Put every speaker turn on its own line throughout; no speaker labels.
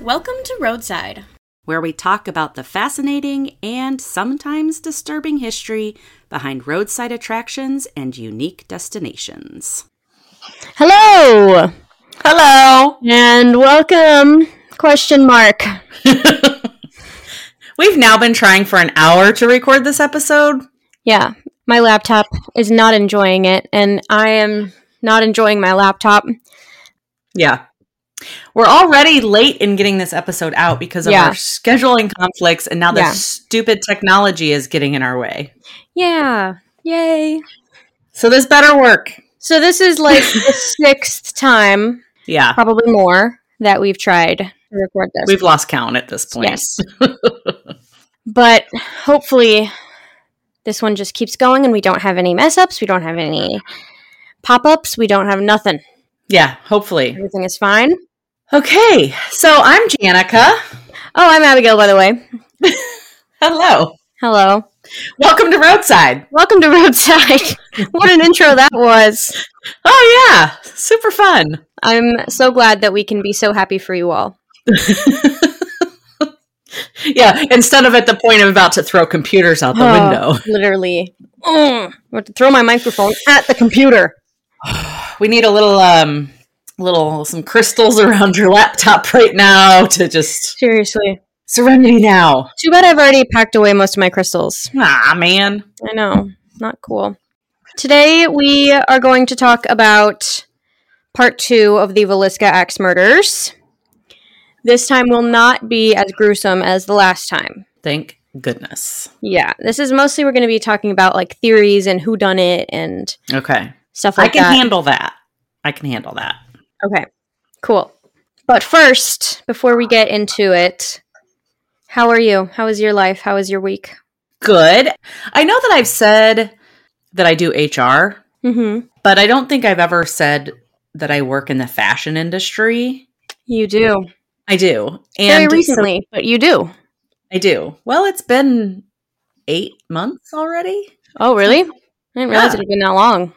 Welcome to Roadside.
where we talk about the fascinating and sometimes disturbing history behind roadside attractions and unique destinations.
Hello
Hello.
and welcome. Question mark.
We've now been trying for an hour to record this episode.
Yeah, my laptop is not enjoying it, and I am not enjoying my laptop.
Yeah. We're already late in getting this episode out because of
Yeah.
our scheduling conflicts, and now the
Yeah.
stupid technology is getting in our way.
Yeah, yay!
So this better work.
So this is like the sixth time,
Yeah.
probably more, that we've tried to record this.
We've lost count at this point.
yes, but hopefully this one just keeps going, and we don't have any mess ups. We don't have any pop ups. We don't have nothing.
Yeah, hopefully.
Everything is fine.
Okay. So I'm Janica.
Oh, I'm Abigail, by the way.
Hello.
Hello.
Welcome to Roadside.
Welcome to Roadside. what an intro that was.
Oh yeah. Super fun.
I'm so glad that we can be so happy for you all.
Yeah. Instead of at the point I'm about to throw computers out the
Oh,
window.
Literally. Mm. I have to throw my microphone Ah, at the computer.
We need a little um little some crystals around your laptop right now to just
Seriously.
serenity now.
Too bad I've already packed away most of my crystals.
Ah man.
I know. Not cool. Today we are going to talk about part two of the Velisca Axe murders. This time will not be as gruesome as the last time.
Thank goodness.
Yeah, this is mostly we're going to be talking about like theories and who done it and
Okay.
stuff
I
like
can
that.
handle that. I can handle that.
okay, cool. But first, before we get into it, how are you? How is your life? How is your week?
Good. I know that I've said that I do HR,
Mm-hmm.
but I don't think I've ever said that I work in the fashion industry.
You do
I do.
very
And
recently, but you do.
I do. Well, it's been 8 months already.
Oh, really? I didn't realize it had been that long.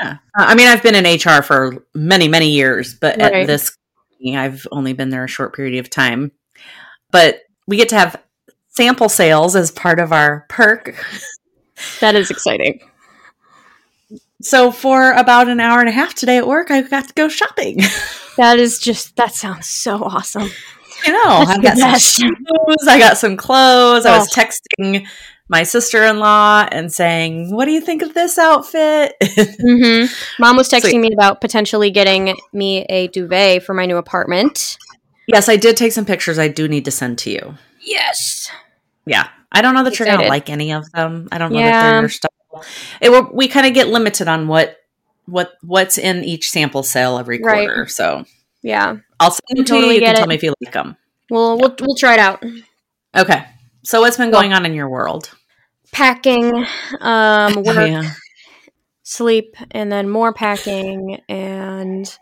Yeah. Uh, I mean, I've been in HR for many, many years, but
Right.
at this, company, I've only been there a short period of time. But we get to have sample sales as part of our perk.
That is exciting.
So for about an hour and a half today at work, I got to go shopping.
That is just that sounds so awesome.
you know,
That's
I
the
got some
best.
shoes, I got some clothes. I was texting my sister-in-law and saying, "What do you think of this outfit?"
hmm Mom was texting
Sweet.
me about potentially getting me a duvet for my new apartment.
yes, I did take some pictures. I do need to send to you.
Yes.
Yeah. I don't know that you're going to
Excited.
like any of them. I don't know that
Yeah.
they're your stuff. It, will- we kind of get limited on what what what's in each sample sale every
Right.
quarter. So
Yeah.
I'll send them to
Totally
you. You
get
can
it.
tell me if you like them.
Well, we'll we'll try it out.
Okay. So what's been
Cool.
going on in your world?
Packing, um, work,
Oh, yeah.
sleep, and then more packing, and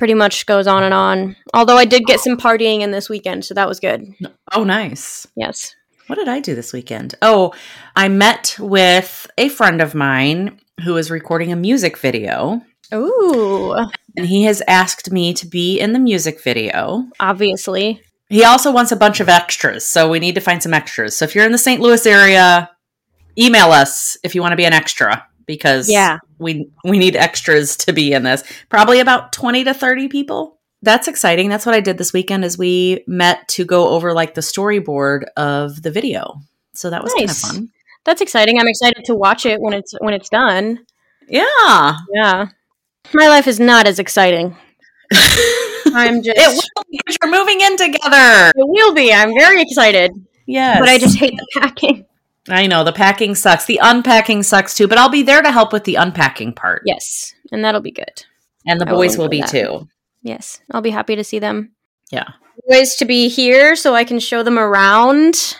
pretty much goes on and on. Although I did get some partying in this weekend, so that was good.
Oh, nice.
Yes.
What did I do this weekend? Oh, I met with a friend of mine who is recording a music video,
Ooh.
and he has asked me to be in the music video.
Obviously.
He also wants a bunch of extras, so we need to find some extras. So if you're in the St. Louis area, email us if you want to be an extra because
Yeah.
we we need extras to be in this. Probably about 20 to 30 people. That's exciting. That's what I did this weekend is we met to go over like the storyboard of the video. So that was
Nice.
kind of fun.
That's exciting. I'm excited to watch it when it's when it's done.
Yeah.
Yeah. My life is not as exciting. I'm just
It will because you're moving in together.
It will be. I'm very excited.
Yes.
But I just hate the packing.
I know the packing sucks. The unpacking sucks too, but I'll be there to help with the unpacking part.
Yes. And that'll be good.
And the
I will
boys will
enjoy
be
that.
too.
Yes. I'll be happy to see them.
Yeah.
Ways to be here so I can show them around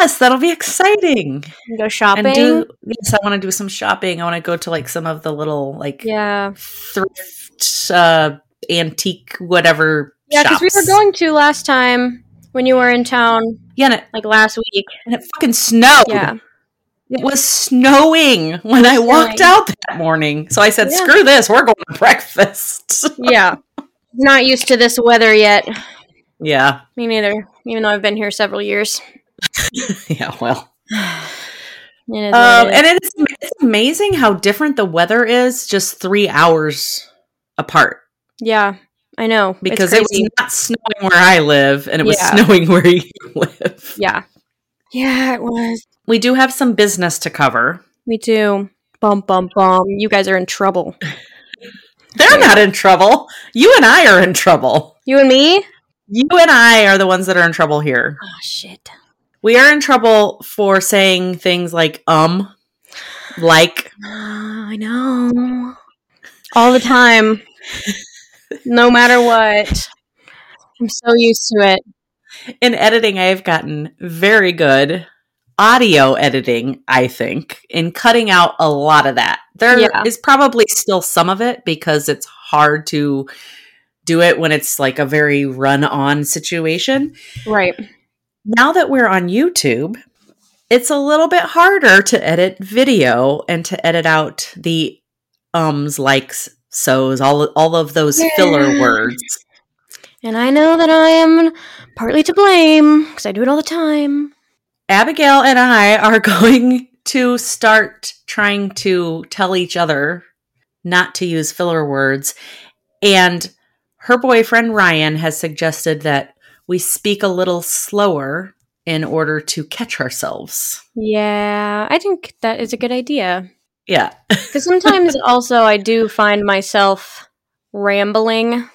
Yes, that'll be exciting.
and go shopping.
And do yes, I want to do some shopping. I want to go to like some of the little like
yeah.
thrift uh antique whatever
Yeah, because we were
shops.
going to last time when you were in town,
Yeah, and it,
like last week.
and it fucking snowed.
Yeah.
It was snowing when I walked
snowing.
out that morning. So I said,
Yeah.
"Screw this. We're going to breakfast."
Yeah. Not used to this weather yet.
Yeah.
Me neither, even though I've been here several years.
Yeah. Well.
It is what
Um,
it is.
and it's, it's amazing how different the weather is just three hours apart
yeah, I know.
because
it's
it
crazy.
was not snowing where I live and it was
Yeah.
snowing where you live.
yeah. Yeah, it was.
We do have some business to cover.
We do. Bum, bum, bum. You guys are in trouble.
They're not in trouble. You and I are in trouble.
You and me?
You and I are the ones that are in trouble here.
Oh, shit.
We are in trouble for saying things like um, like
I know. All the time. no matter what. I'm so used to it.
in editing I have gotten very good audio editing, I think, in cutting out a lot of that. There is
Yeah.
probably still some of it because it's hard to do it when it's like a very run-on situation.
Right.
now that we're on YouTube, it's a little bit harder to edit video and to edit out the ums, likes, so's, all all of those filler
Yeah.
words.
And I know that I am partly to blame because I do it all the time.
Abigail and I are going to start trying to tell each other not to use filler words. And her boyfriend Ryan has suggested that we speak a little slower in order to catch ourselves.
Yeah, I think that is a good idea.
Yeah.
Because sometimes also I do find myself rambling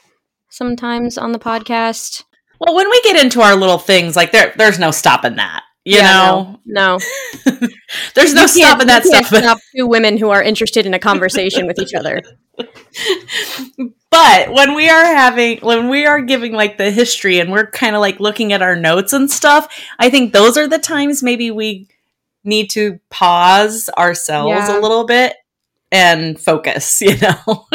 sometimes on the podcast.
Well, when we get into our little things, like there, there's no stopping that. You
Yeah,
know,
No. no.
there's no
You can't-
stopping that
you can't
stuff.
Stop two women who are interested in a conversation with each other.
But when we are having, when we are giving like the history and we're kind of like looking at our notes and stuff, I think those are the times maybe we need to pause ourselves
Yeah.
a little bit and focus, you know?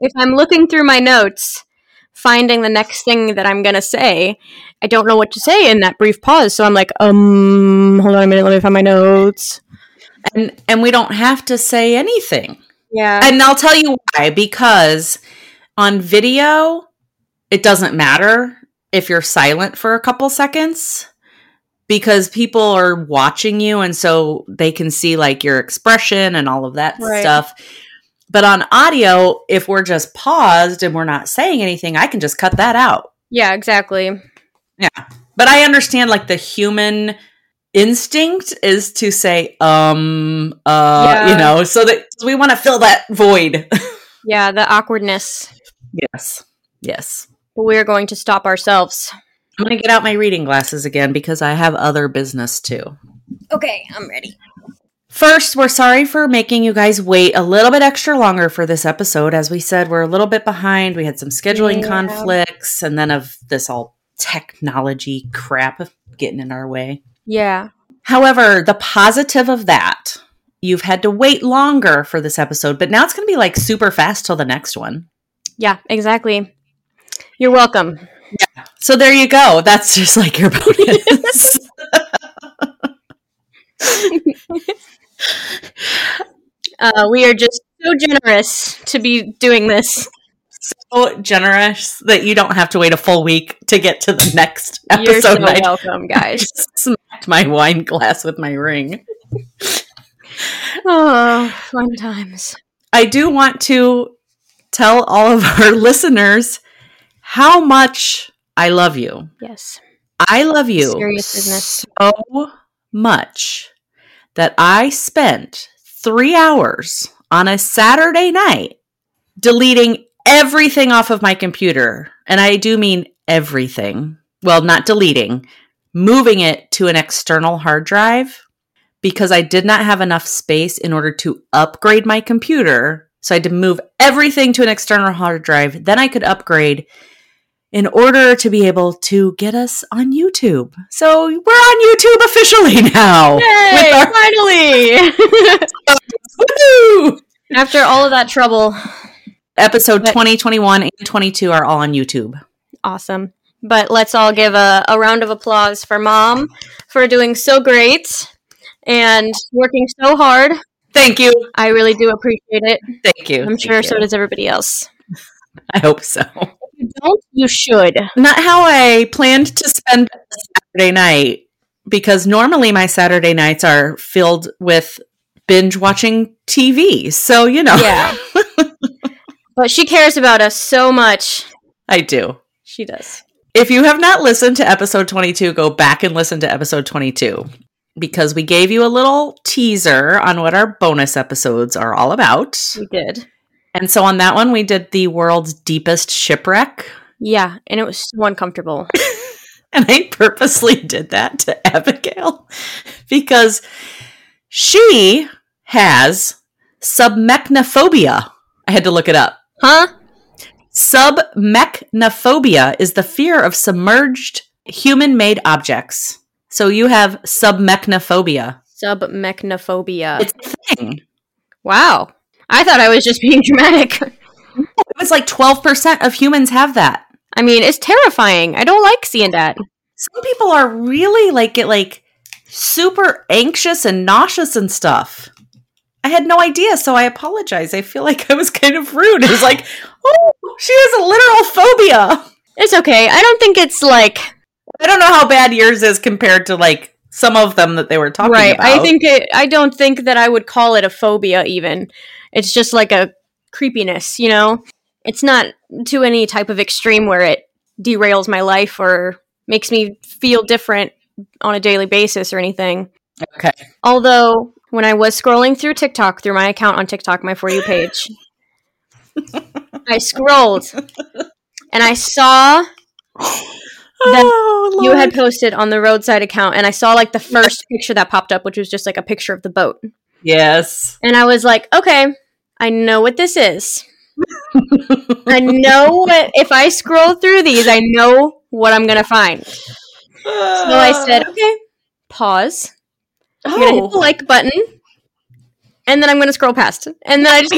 If I'm looking through my notes, finding the next thing that I'm going to say, I don't know what to say in that brief pause. So I'm like, um, hold on a minute. Let me find my notes.
and, and we don't have to say anything.
Yeah.
And I'll tell you why because on video, it doesn't matter if you're silent for a couple seconds because people are watching you and so they can see like your expression and all of that
Right.
stuff. But on audio, if we're just paused and we're not saying anything, I can just cut that out.
yeah, exactly.
But I understand like the human instinct is to say um uh
Yeah.
you know so that we want to fill that void
Yeah, the awkwardness.
Yes. Yes.
But we're going to stop ourselves.
I'm going to get out my reading glasses again because I have other business too.
Okay, I'm ready.
First, we're sorry for making you guys wait a little bit extra longer for this episode. As we said, we're a little bit behind. We had some scheduling
Yeah.
conflicts and then of this all technology crap getting in our way.
Yeah.
However, the positive of that, you've had to wait longer for this episode, but now it's going to be like super fast till the next one.
Yeah, exactly. You're welcome.
So there you go. That's just like your bonus.
Uh, we are just so generous to be doing this.
so generous that you don't have to wait a full week to get to the next
You're so
episode. I
welcome, guys.
just smacked my wine glass with my ring.
oh, fun times.
I do want to tell all of our listeners how much I love you.
Yes.
I love you
Serious business.
so much that I spent three hours on a Saturday night deleting everything off of my computer. And I do mean everything. Well, not deleting, moving it to an external hard drive because I did not have enough space in order to upgrade my computer. So I had to move everything to an external hard drive. Then I could upgrade in order to be able to get us on YouTube. So we're on YouTube officially now.
Yay!
With our-
finally!
Woo!
After all of that trouble.
Episode 20, 21, and 22 are all on YouTube.
Awesome. But let's all give a, a round of applause for mom for doing so great and working so hard.
Thank you.
I really do appreciate it.
Thank you.
I'm
Thank
sure
you.
so does everybody else.
I hope so.
If you don't, you should.
Not how I planned to spend Saturday night because normally my Saturday nights are filled with binge watching TV. So, you know,
Yeah. but she cares about us so much.
I do.
She does.
If you have not listened to episode 22, go back and listen to episode 22 because we gave you a little teaser on what our bonus episodes are all about.
We did.
And so on that one, we did the world's deepest shipwreck.
Yeah, and it was so uncomfortable.
And I purposely did that to Abigail because she has submechnophobia. I had to look it up.
huh?
Submechnophobia is the fear of submerged human made objects. So you have submechnophobia.
Submechnophobia.
It's a thing. It
wow. I thought I was just being dramatic.
was like 12% of humans have that.
I mean, it's terrifying. I don't like seeing that.
Some people are really like get like super anxious and nauseous and stuff. I had no idea, so I apologize. I feel like I was kind of rude. It was like, oh, she has a literal phobia.
It's okay. I don't think it's like
I don't know how bad yours is compared to like some of them that they were talking
right.
about.
I think it, I don't think that I would call it a phobia. Even it's just like a creepiness. You know, it's not to any type of extreme where it derails my life or makes me feel different on a daily basis or anything.
Okay.
Although when I was scrolling through TikTok through my account on TikTok, my for you page, I scrolled and I saw
Oh,
you
Lord.
had posted on the roadside account and I saw like the first picture that popped up, which was just like a picture of the boat.
yes.
And I was like, okay, I know what this is. I know what, if I scroll through these, I know what I'm going to find. So I said, okay, pause. I'm going to hit the
"Oh,
like button. And then I'm going to scroll past. And then I just.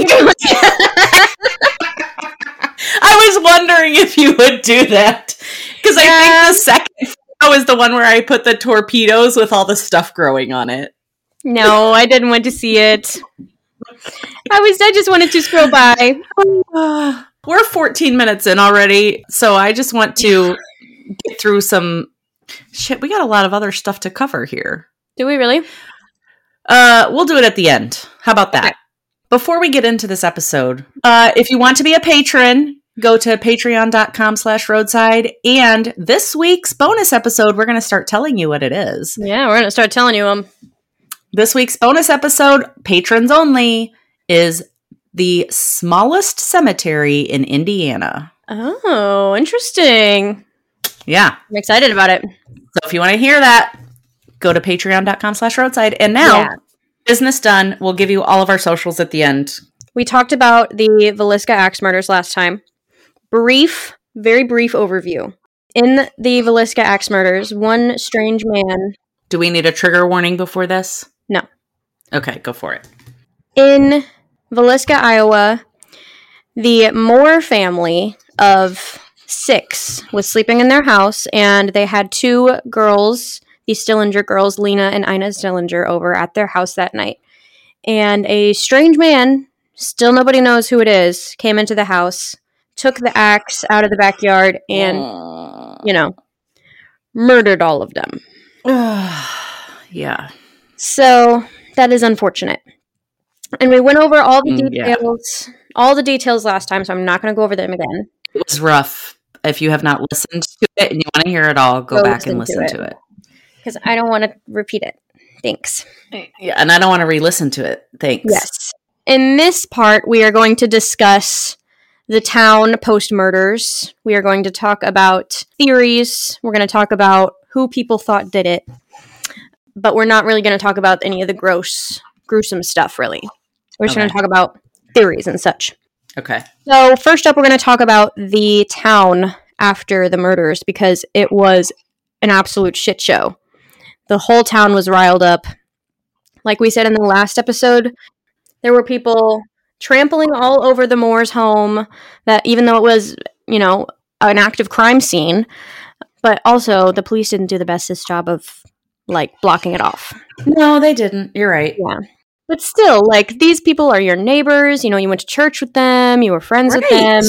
I was wondering if you would do that because I think the second photo is the one where I put the torpedoes with all the stuff growing on it.
no, I didn't want to see it. I was, I just wanted to scroll by.
We're 14 minutes in already, so I just want to get through some shit. We got a lot of other stuff to cover here.
Do we really?
Uh, we'll do it at the end. How about that?
Okay.
Before we get into this episode, uh, if you want to be a patron, go to patreon.com slash roadside. And this week's bonus episode, we're going to start telling you what it is.
Yeah, we're going to start telling you them.
This week's bonus episode, patrons only, is the smallest cemetery in Indiana.
Oh, interesting.
Yeah.
I'm excited about it.
So if you want to hear that, go to patreon.com slash roadside. And now,
Yeah.
business done. We'll give you all of our socials at the end.
We talked about the Velisca axe murders last time. Brief, very brief overview. In the Velisca axe murders, one strange man
Do we need a trigger warning before this?
No.
Okay, go for it.
in Velisca, Iowa, the Moore family of six was sleeping in their house, and they had two girls, the Stillinger girls, Lena and Ina Stillinger, over at their house that night. And a strange man, still nobody knows who it is, came into the house, took the axe out of the backyard, and, you know, murdered all of them.
yeah.
So that is unfortunate. And we went over all the
Mm, yeah.
details, all the details last time, so I'm not going to go over them again.
It was rough. If you have not listened to it and you want to hear it all, go,
Go
back and
listen to
listen to it.
because I don't want to repeat it. Thanks.
Yeah, and I don't want to re-listen to it. Thanks.
Yes. In this part, we are going to discuss the town post murders. We are going to talk about theories. We're going to talk about who people thought did it. But we're not really going to talk about any of the gross, gruesome stuff, really. We're just going to
Okay.
talk about theories and such.
Okay.
So, first up, we're going to talk about the town after the murders because it was an absolute shit show. The whole town was riled up. Like we said in the last episode, there were people trampling all over the Moore's home that even though it was, you know, an active crime scene, but also the police didn't do the bestest job of like blocking it off.
No, they didn't. You're right.
But still, like these people are your neighbors, you know, you went to church with them, you were friends with them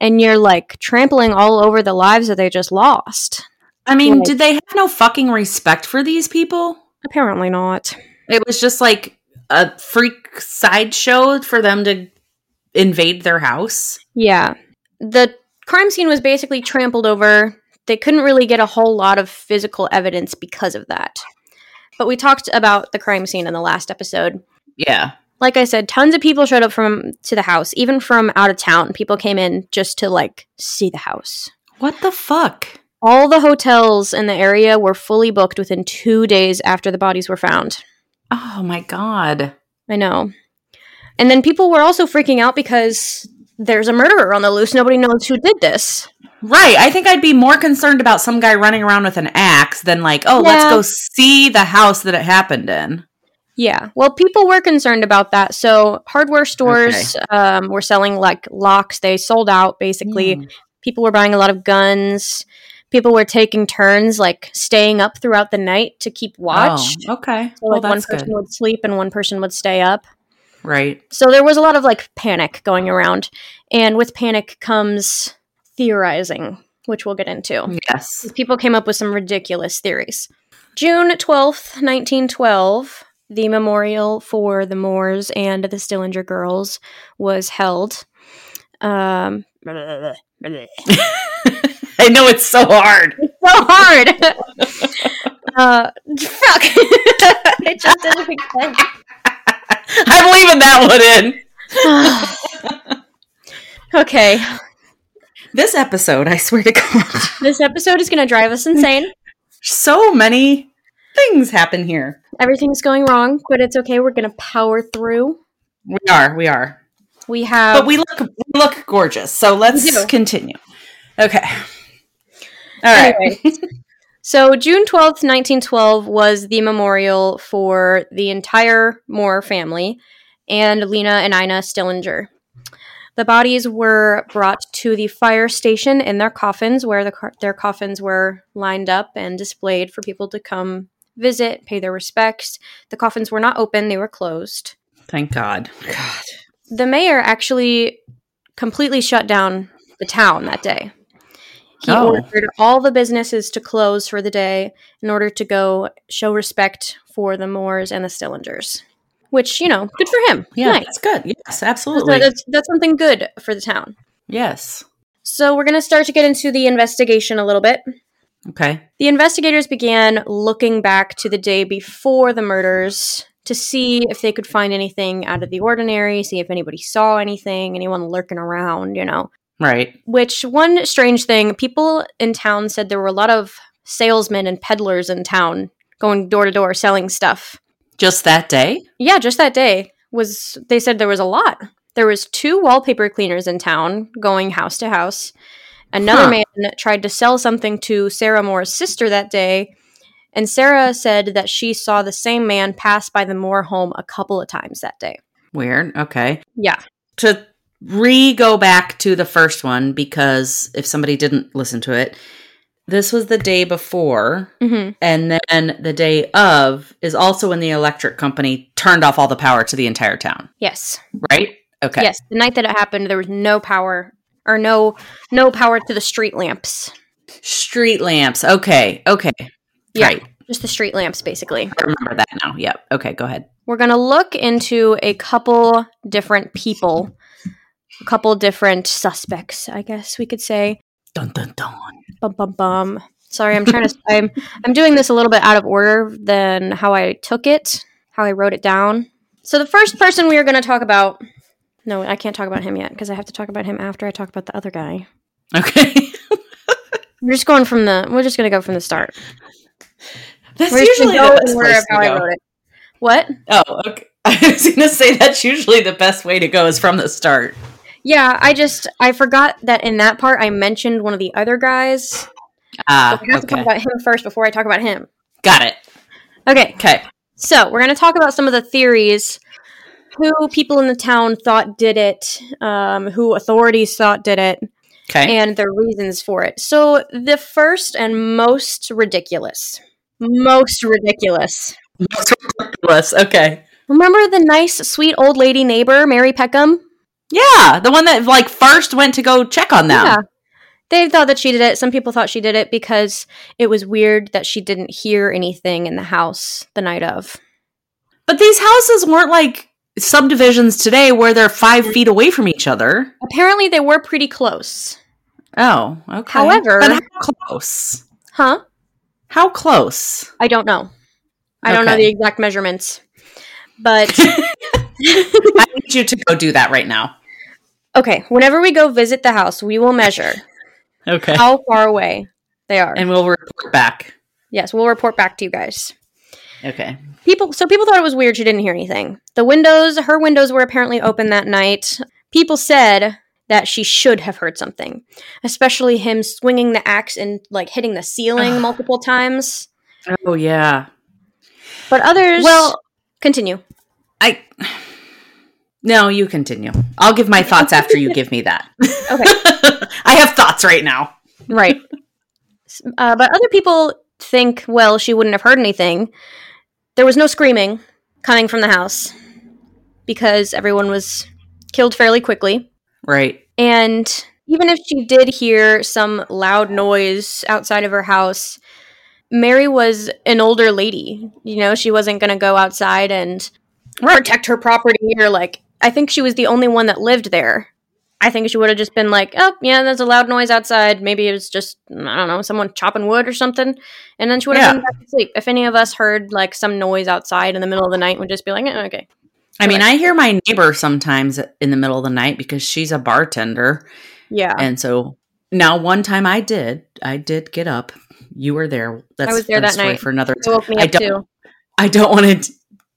and you're like trampling all over the lives that they just lost.
I mean,
Right.
did they have no fucking respect for these people?
Apparently not.
It was just like a freak sideshow for them to invade their house.
Yeah. The crime scene was basically trampled over. They couldn't really get a whole lot of physical evidence because of that. But we talked about the crime scene in the last episode.
Yeah.
Like I said, tons of people showed up from to the house, even from out of town. People came in just to like see the house.
What the fuck?
All the hotels in the area were fully booked within 2 days after the bodies were found.
Oh my god.
I know. And then people were also freaking out because there's a murderer on the loose. Nobody knows who did this.
Right. I think I'd be more concerned about some guy running around with an axe than like, oh, let's
Yeah.
go see the house that it happened in.
Yeah. Well, people were concerned about that. So hardware stores um, were selling like locks. They sold out basically.
Hmm.
People were buying a lot of guns. People were taking turns like staying up throughout the night to keep watch.
Oh, okay.
So
well,
like one
that's
person
good.
would sleep and one person would stay up.
Right.
So there was a lot of like panic going around. And with panic comes theorizing, which we'll get into
Yes.
people came up with some ridiculous theories. June 12th, 1912, the memorial for the Moors and the Stillinger girls was held. Um,
I know it's so hard.
so hard. uh, fuck. it just doesn't make sense.
I'm leaving that one in.
okay.
This episode, I swear to God,
This episode is going to drive us insane.
so many things happen here.
Everything's going wrong, but it's okay. We're going to power through.
We are, we are.
We have.
But we look we look gorgeous. So
We
let's
do.
continue. Okay. All right.
Anyways. so June 12th, 1912 was the memorial for the entire Moore family and Lena and Ina Stillinger. The bodies were brought to the fire station in their coffins, where the car- their coffins were lined up and displayed for people to come visit, pay their respects. The coffins were not open, they were closed.
Thank God. God.
The mayor actually completely shut down the town that day. He
Oh.
ordered all the businesses to close for the day in order to go show respect for the Moors and the Stillingers, which, you know, good for him.
Yeah,
Nice.
that's good. Yes,
That's,
absolutely.
that's, that's something good for the town.
yes.
So we're going to start to get into the investigation a little bit.
Okay.
The investigators began looking back to the day before the murders to see if they could find anything out of the ordinary, see if anybody saw anything, anyone lurking around, you know.
Right.
Which, one strange thing, people in town said there were a lot of salesmen and peddlers in town going door to door selling stuff.
Just that day?
Yeah, just that day was they said there was a lot. There was two wallpaper cleaners in town going house to house. Another
Huh.
man tried to sell something to Sarah Moore's sister that day, and Sarah said that she saw the same man pass by the Moore home a couple of times that day.
Weird. Okay.
Yeah.
To re go back to the first one, because if somebody didn't listen to it, this was the day before,
Mhm.
and then the day of is also when the electric company turned off all the power to the entire town,
Yes.
right? Okay.
Yes. The night that it happened, there was no power or no no power to the street lamps.
Street lamps. Okay. Okay.
Yeah.
Right.
Just the street lamps basically.
I remember that now. Yep. Okay. Go ahead.
We're going to look into a couple different people, a couple different suspects, I guess we could say.
Dun dun dun.
Bum bum bum. Sorry, I'm trying to I'm I'm doing this a little bit out of order than how I took it, how I wrote it down. So the first person we are going to talk about No, I can't talk about him yet because I have to talk about him after I talk about the other guy.
Okay.
We're just going from the we're just going to go from the start.
That's
we're just gonna
usually the
in
best
order
place
of how
to
I
go.
wrote it. What?
Oh, okay. I was going to say that's usually the best way to go is from the start.
Yeah, I just I forgot that in that part I mentioned one of the other guys
Ah,
So we have to
okay.
talk about him first before I talk about him.
Got it.
Okay,
Okay.
so we're going to talk about some of the theories who people in the town thought did it, um, who authorities thought did it,
Okay.
and the reasons for it. So, the first and most ridiculous, most ridiculous.
Most ridiculous. Okay.
Remember the nice, sweet old lady neighbor, Mary Peckham?
Yeah, the one that like first went to go check on them.
Yeah. They thought that she did it. Some people thought she did it because it was weird that she didn't hear anything in the house the night of.
But these houses weren't like subdivisions today where they're five feet away from each other.
Apparently, they were pretty close.
Oh, okay.
However-
but how close?
Huh?
How close?
I don't know. I don't know
Okay.
the exact measurements. But
I need you to go do that right now.
okay, whenever we go visit the house, we will measure
Okay.
how far away they are.
And we'll report back.
yes, we'll report back to you guys.
Okay.
People so people thought it was weird she didn't hear anything. The windows, her windows were apparently open that night. People said that she should have heard something, especially him swinging the axe and like hitting the ceiling
Ugh.
multiple times.
Oh yeah.
But others
Well,
continue.
I No, you continue. I'll give my thoughts after you give me that.
Okay.
I have thoughts right now.
Right. S- uh, but other people think, well, she wouldn't have heard anything. There was no screaming coming from the house because everyone was killed fairly quickly.
Right.
And even if she did hear some loud noise outside of her house, Mary was an older lady. You know, she wasn't going to go outside and protect her property or like, I think she was the only one that lived there. I think she would have just been like, oh, yeah, there's a loud noise outside. Maybe it was just, I don't know, someone chopping wood or something. And then she would have
Yeah.
gone back to sleep. If any of us heard like some noise outside in the middle of the night, we'd just be like, "Eh, okay.
I mean, I hear my neighbor sometimes in the middle of the night because she's a bartender.
Yeah.
And so now one time I did, I did get up. You were there. That's
was there
that's
that
a story
night.
for another
It woke me
I
up
don't-
too.
I don't want to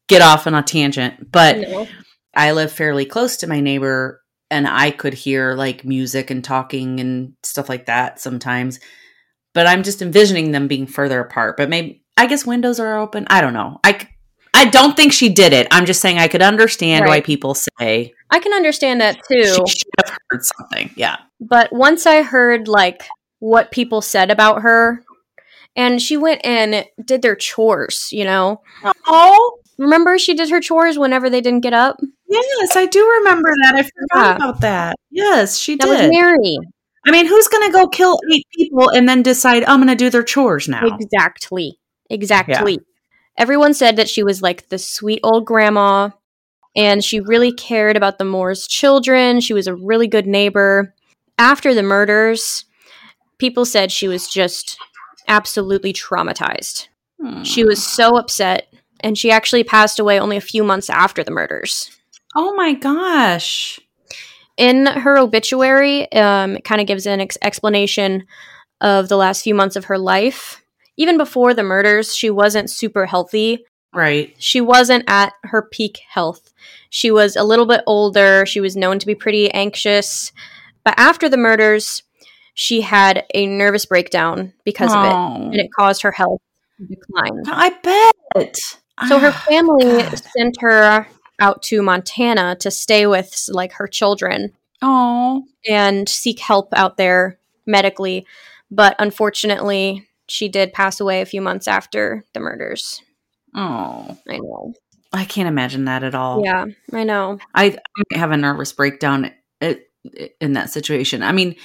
get off on a tangent, but
No.
I live fairly close to my neighbor and I could hear like music and talking and stuff like that sometimes. But I'm just envisioning them being further apart. But maybe I guess windows are open. I don't know. I c- I don't think she did it. I'm just saying I could understand why
Right.
people say
I can understand that
she
too.
should have heard something. Yeah.
but once I heard like what people said about her, and she went and did their chores, you know.
Oh,
Remember, she did her chores whenever they didn't get up.
yes, I do remember that. I forgot
Yeah.
about that. Yes, she
That
did.
was Mary,
I mean, who's going to go kill eight people and then decide I'm going to do their chores now?
exactly, exactly. Everyone said that she was like the sweet old grandma, and she really cared about the Moore's children. She was a really good neighbor. After the murders, people said she was just absolutely traumatized.
Hmm.
She was so upset, and she actually passed away only a few months after the murders.
Oh my gosh.
In her obituary, um, it kind of gives an ex- explanation of the last few months of her life. Even before the murders, she wasn't super healthy.
Right.
She wasn't at her peak health. She was a little bit older. She was known to be pretty anxious. But after the murders, she had a nervous breakdown because of it,
Oh.
and it caused her health to decline.
I bet.
So her
Ah,
family
God.
sent her out to Montana to stay with like her children
Oh.
and seek help out there medically, but unfortunately, she did pass away a few months after the murders.
Oh.
I know.
I can't imagine that at all.
Yeah, I know.
I, I might have a nervous breakdown i- i- in that situation. I mean,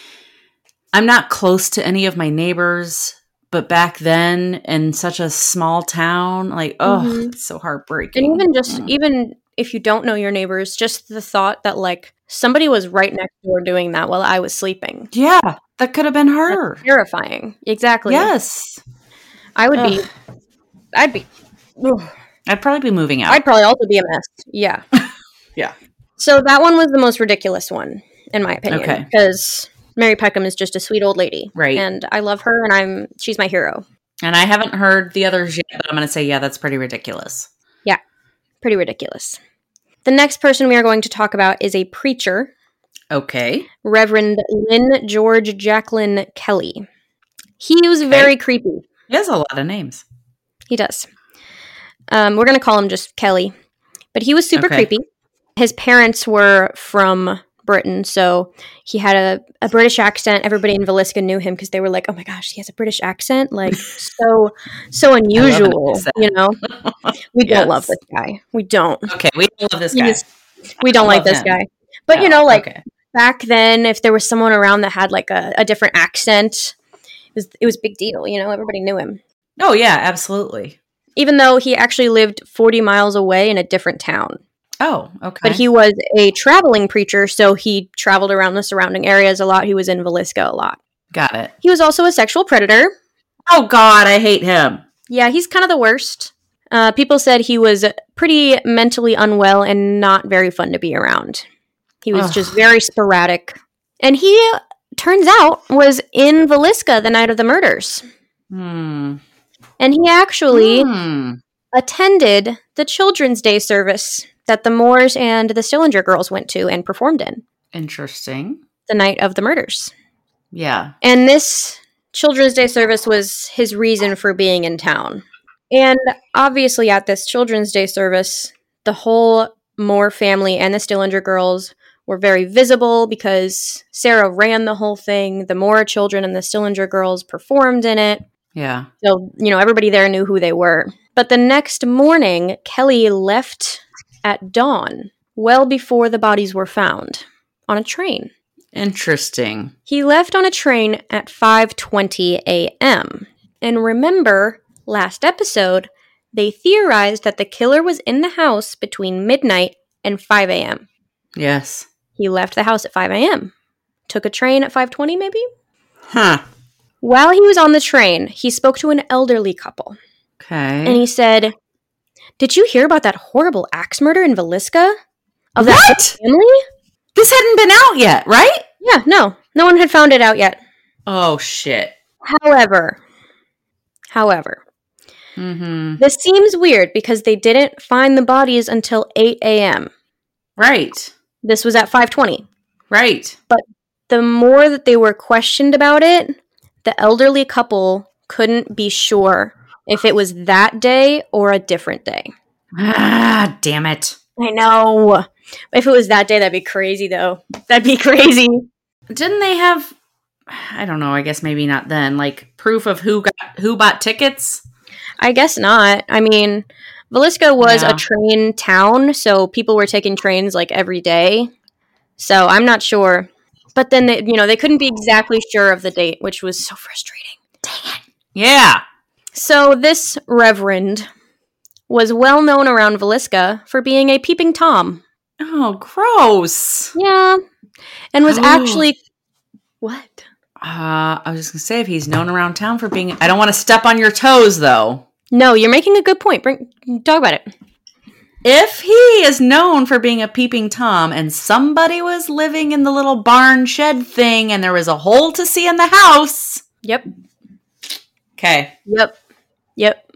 I'm not close to any of my neighbors, but back then in such a small town, like, oh,
Mhm.
it's so heartbreaking.
And even just
Mm.
even if you don't know your neighbors, just the thought that like somebody was right next door doing that while I was sleeping.
yeah, that could have been
That's
her.
terrifying. Exactly.
Yes.
I would be
Ugh.
I'd be
I'd probably be moving out.
I'd probably also be a mess. Yeah.
Yeah.
So that one was the most ridiculous one, in my opinion.
Okay.
Because Mary Peckham is just a sweet old lady.
Right.
And I love her and I'm she's my hero.
and I haven't heard the others yet, but I'm going to say, yeah, that's pretty ridiculous.
Pretty ridiculous. The next person we are going to talk about is a preacher,
Okay.
Reverend Lynn George Jacqueline Kelly. He was very creepy.
He has a lot of names.
He does. Um, we're going to call him just Kelly. But he was super
Okay.
creepy. His parents were from Britain, so he had a, a British accent. Everybody in Velisca knew him because they were like, oh my gosh, he has a British accent. Like, so, so unusual.
accent.
You know, we don't love
Yes.
this guy. We don't.
Okay, we love this
He
guy.
is- We don't
I
like
love
this
him.
guy. But you know,
Oh,
like
okay.
back then, if there was someone around that had like a, a different accent, it was it was a big deal. You know, everybody knew him,
Oh yeah, absolutely.
even though he actually lived forty miles away in a different town.
Oh, okay.
But he was a traveling preacher, so he traveled around the surrounding areas a lot. He was in Velisca a lot.
got it.
He was also a sexual predator.
Oh God, I hate him.
Yeah, he's kind of the worst. Uh, people said he was pretty mentally unwell and not very fun to be around. He was
Ugh.
just very sporadic. And he, turns out, was in Velisca the night of the murders.
Hmm.
And he actually
Hmm.
attended the Children's Day service that the Moores and the Stillinger girls went to and performed in
Interesting.
the night of the murders.
Yeah.
And this Children's Day service was his reason for being in town. And obviously, at this Children's Day service, the whole Moore family and the Stillinger girls were very visible because Sarah ran the whole thing. The Moore children and the Stillinger girls performed in it.
Yeah.
So, you know, everybody there knew who they were. But the next morning, Kelly left at dawn, well before the bodies were found, on a train.
Interesting.
He left on a train at 5:20 a.m. And remember, last episode, they theorized that the killer was in the house between midnight and 5 a.m.
Yes.
He left the house at 5 a.m. Took a train at 5:20 maybe?
Huh.
While he was on the train, he spoke to an elderly couple
Okay.
and he said, "Did you hear about that horrible axe murder in Velisca of that
what?
family?"
This hadn't been out yet, right?
Yeah, no. No one had found it out yet.
Oh shit.
However, however,
Mm-hmm.
This seems weird because they didn't find the bodies until 8 a.m.
Right.
This was at 5:20.
Right.
The more that they were questioned about it, the elderly couple couldn't be sure if it was that day or a different day.
Ah, damn it.
I know. If it was that day, that'd be crazy though. That'd be crazy.
Didn't they have? I don't know. I guess maybe not then. Like proof of who got who bought tickets.
I guess not. I mean, Velisca was
Yeah.
a train town, so people were taking trains like every day. So I'm not sure. But then, they, you know, they couldn't be exactly sure of the date, which was so frustrating.
Yeah.
So this reverend was well known around Velisca for being a peeping Tom.
Oh, gross.
Yeah. And was actually. What?
Uh, I was just gonna say if he's known around town for being. I don't want to step on your toes though.
No, you're making a good point. Bring, talk about it.
If he is known for being a peeping tom, and somebody was living in the little barn shed thing, and there was a hole to see in the house.
Yep.
Okay.
Yep. Yep.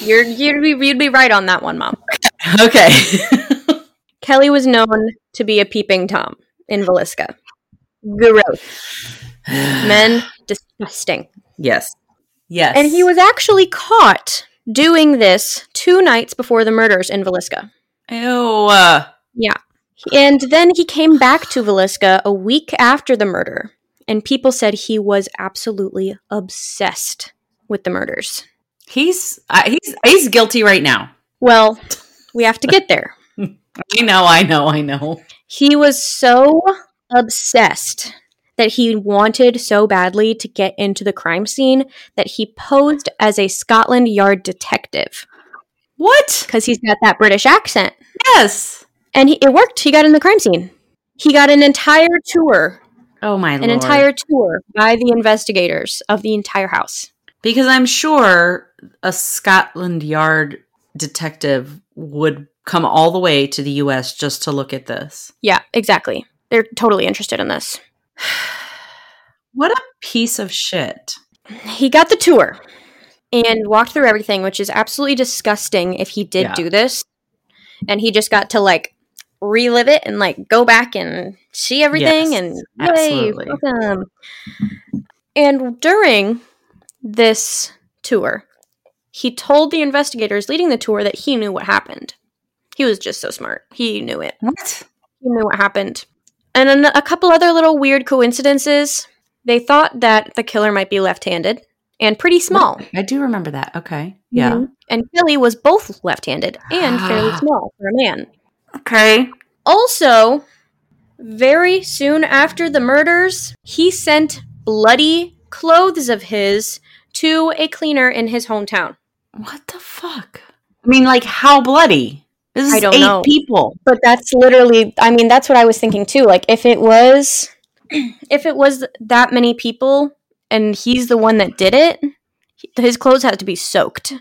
You're, you'd, be, you'd be right on that one, Mom.
Okay.
Kelly was known to be a peeping Tom in Velisca. Gross. Men, disgusting.
yes. Yes.
And he was actually caught doing this two nights before the murders in Velisca.
Ew. uh,
And then he came back to Velisca a week after the murder, and people said he was absolutely obsessed with the murders.
He's uh, he's he's guilty right now.
Well, we have to get there.
I know, I know, I know.
He was so obsessed that he wanted so badly to get into the crime scene that he posed as a Scotland Yard detective
What?
because he's got that British accent.
Yes.
And he, it worked. He got in the crime scene. He got an entire tour,
Oh my
an entire tour by the investigators of the entire house.
because I'm sure a Scotland Yard detective would come all the way to the U.S. just to look at this.
Yeah, exactly. They're totally interested in this.
What a piece of shit.
He got the tour and walked through everything, which is absolutely disgusting if he did
Yeah.
do this. And he just got to like relive it and like go back and see everything
Yes,
and yay,
absolutely.
welcome. And during this tour, he told the investigators leading the tour that he knew what happened. He was just so smart. He knew it
What?
you know what happened. And then a couple other little weird coincidences. They thought that the killer might be left handed and pretty small.
I do remember that. Okay. Yeah.
Mhm. And Kelly was both left handed and fairly small for a man.
Okay.
Also, Very soon after the murders, he sent bloody clothes of his to a cleaner in his hometown.
What the fuck? I mean, like how bloody? This is
I don't
eight
know.
people.
But that's literally, I mean, that's what I was thinking too. Like, if it was, if it was that many people and he's the one that did it, he- his clothes had to be soaked.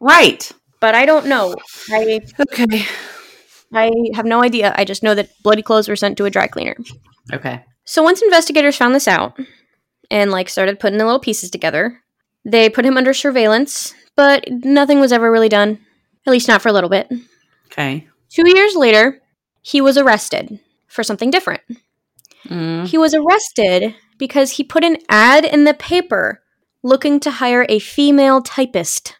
Right.
But I don't know. I
Okay.
I have no idea. I just know that bloody clothes were sent to a dry cleaner.
Okay.
So once investigators found this out and like started putting the little pieces together, they put him under surveillance, but nothing was ever really done. At least not for a little bit.
Okay.
2 years later, he was arrested for something different.
Mm.
He was arrested because he put an ad in the paper looking to hire a female typist.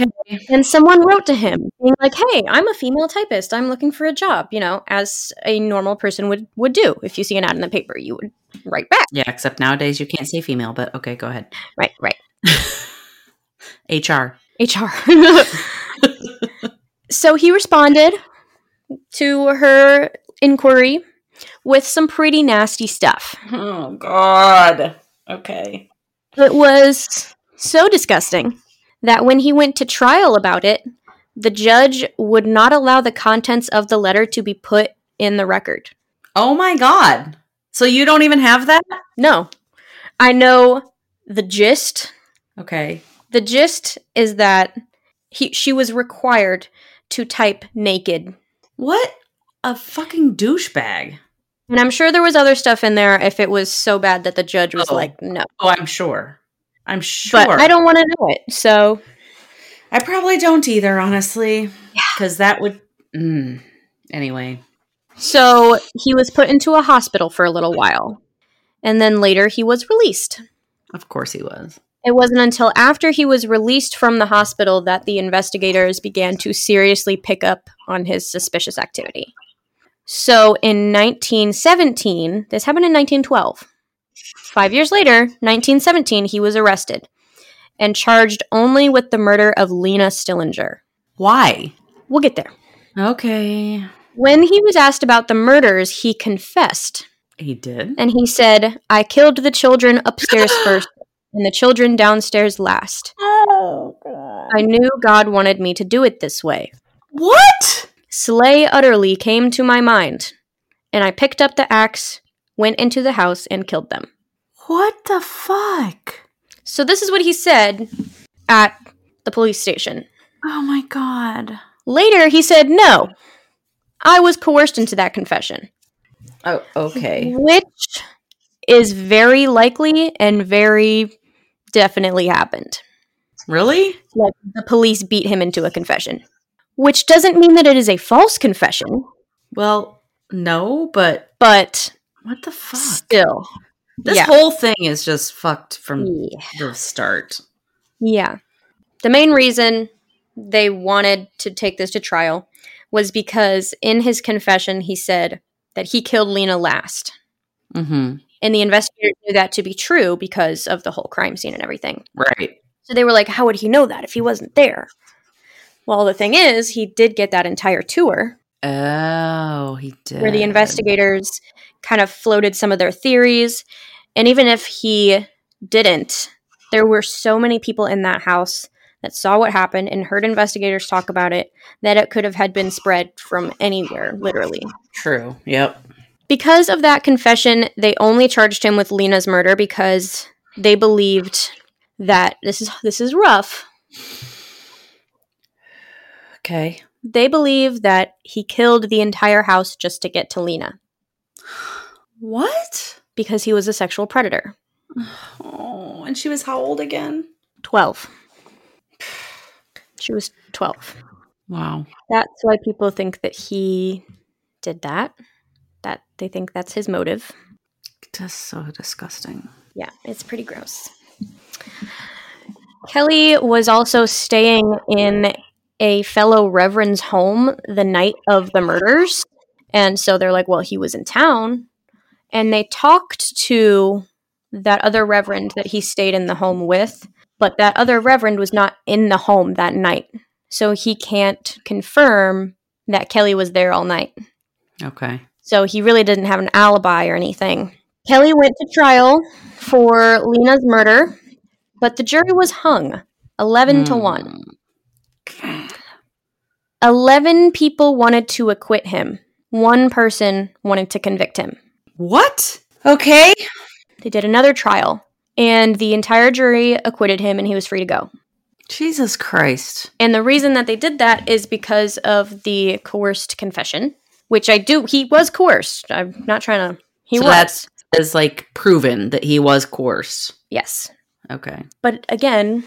Okay.
And someone wrote to him being like, "Hey, I'm a female typist. I'm looking for a job." You know, as a normal person would would do. If you see an ad in the paper, you would write back.
Yeah. Except nowadays you can't say female, but okay, go ahead.
Right, right.
HR.
HR. so he responded to her inquiry with some pretty nasty stuff.
Oh God. Okay.
It was so disgusting that when he went to trial about it, the judge would not allow the contents of the letter to be put in the record.
Oh my God. So you don't even have that?
No. I know the gist.
Okay.
The gist is that he she was required to type naked.
What a fucking douchebag.
And I'm sure there was other stuff in there if it was so bad that the judge was
Oh.
like, no.
Oh, I'm sure. I'm sure.
But I don't want to know it. So
I probably don't either, honestly, because that would. Mm. Anyway,
so he was put into a hospital for a little while. And then later he was released.
of course he was.
It wasn't until after he was released from the hospital that the investigators began to seriously pick up on his suspicious activity. So in 1917, this happened in 1912. Five years later, 1917, he was arrested and charged only with the murder of Lena Stillinger.
Why?
We'll get there.
Okay.
When he was asked about the murders, he confessed
He did.
and he said, I killed the children upstairs first and the children downstairs last.
Oh, God.
I knew God wanted me to do it this way.
What?
Slay utterly came to my mind, and I picked up the axe, went into the house, and killed them.
What the fuck?
So, this is what he said at the police station.
Oh, my God.
Later, he said, No, I was coerced into that confession,
Oh, okay.
which is very likely and very definitely happened.
Really?
Like, the police beat him into a confession, which doesn't mean that it is a false confession,
Well, no, but
but
what the fuck?
still.
This
yeah.
whole thing is just fucked from
Yeah.
the start.
Yeah. The main reason they wanted to take this to trial was because in his confession, he said that he killed Lena last.
Mm-hmm.
And the investigators knew that to be true because of the whole crime scene and everything.
Right.
So they were like, how would he know that if he wasn't there? Well, the thing is, he did get that entire tour
Oh, he did.
where the investigators kind of floated some of their theories. And even if he didn't, there were so many people in that house that saw what happened and heard investigators talk about it that it could have had been spread from anywhere, literally.
True. Yep.
Because of that confession, they only charged him with Lena's murder because they believed that this is this is rough.
Okay.
They believe that he killed the entire house just to get to Lena
What?
because he was a sexual predator.
Oh, and she was how old again?
12. She was 12.
Wow.
That's why people think that he did that. That they think that's his motive.
That's so disgusting.
Yeah, it's pretty gross. Kelly was also staying in a fellow reverend's home the night of the murders. And so they're like, well, he was in town. And they talked to that other reverend that he stayed in the home with, but that other reverend was not in the home that night. So he can't confirm that Kelly was there all night.
Okay.
So he really didn't have an alibi or anything. Kelly went to trial for Lena's murder, but the jury was hung 11
Hmm.
to 1.
Hmm.
11 people wanted to acquit him, one person wanted to convict him.
What? Okay.
They did another trial, and the entire jury acquitted him, and he was free to go.
Jesus Christ.
And the reason that they did that is because of the coerced confession, which I do. He was coerced. I'm not trying to. He
So
was.
that's- Is like proven that he was coerced.
yes.
Okay.
But again,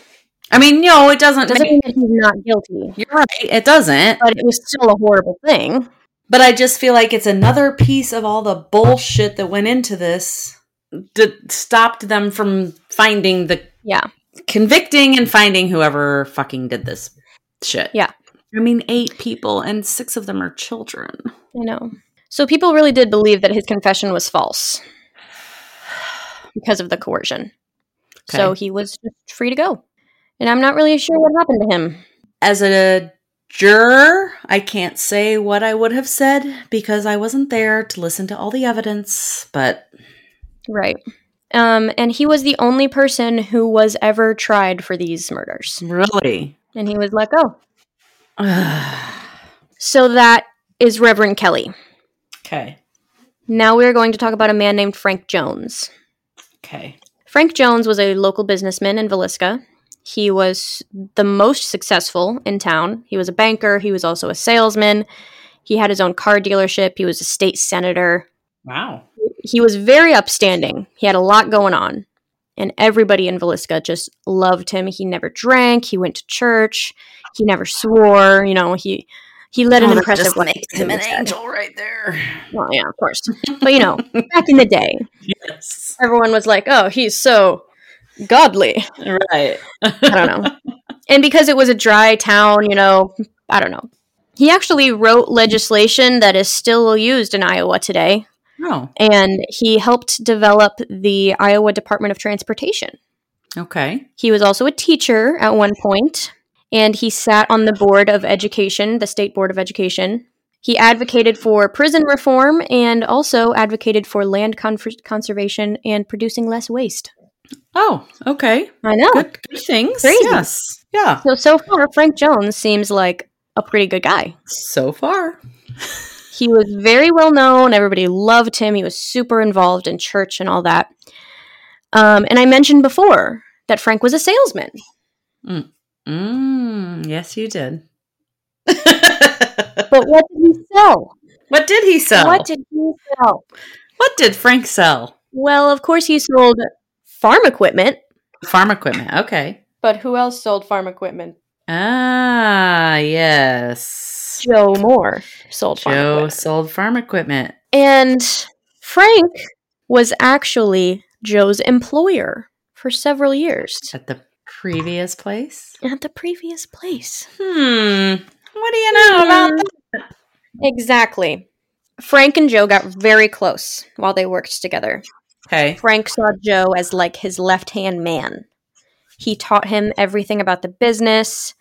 I mean, no, it doesn't.
doesn't mean that he's not guilty.
you're right. It doesn't.
But it was still a horrible thing.
But I just feel like it's another piece of all the bullshit that went into this that stopped them from finding the
Yeah.
convicting and finding whoever fucking did this shit.
Yeah.
I mean, eight people and six of them are children.
I know. So people really did believe that his confession was false because of the coercion. So
Okay.
he was just free to go. And I'm not really sure what happened to him.
As a juror, I can't say what I would have said because I wasn't there to listen to all the evidence, but
Right. Um, and he was the only person who was ever tried for these murders.
really.
And he was let go.
okay.
So that is Reverend Kelly. Now we're going to talk about a man named Frank Jones.
Okay.
Frank Jones was a local businessman in Villisca. He was the most successful in town. He was a banker, he was also a salesman. He had his own car dealership, he was a state senator.
Wow.
He was very upstanding. He had a lot going on. And everybody in Villisca just loved him. He never drank, he went to church, he never swore, you know, he he led an
Oh, that
impressive
just
life.
makes him an
instead.
angel right there.
Well, yeah, of course. But you know, back in the day,
Yes.
everyone was like, "Oh, he's so godly."
Right.
I don't know. and because it was a dry town, you know, I don't know. He actually wrote legislation that is still used in Iowa today,
Oh,
and he helped develop the Iowa Department of Transportation.
okay.
He was also a teacher at one point, and he sat on the Board of Education, the State Board of Education. He advocated for prison reform and also advocated for land con- conservation and producing less waste.
Oh, okay.
I know.
Good, good things.
Crazy.
Yes. Yeah.
So, so far, Frank Jones seems like a pretty good guy.
So far.
He was very well known. Everybody loved him. He was super involved in church and all that. Um, and I mentioned before that Frank was a salesman.
Mm, yes, you did.
But what did he sell?
what did he sell?
What did he sell?
What did Frank sell?
Well, of course, he sold farm equipment.
Farm equipment. Okay.
But who else sold farm equipment?
Ah, yes.
Joe Moore sold farm
Joe
equipment.
sold farm equipment.
And Frank was actually Joe's employer for several years
At the previous place?
at the previous place.
Hmm. What do you
Mm-hmm.
know about that?
Exactly. Frank and Joe got very close while they worked together.
Okay.
Frank saw Joe as like his left hand man. He taught him everything about the business,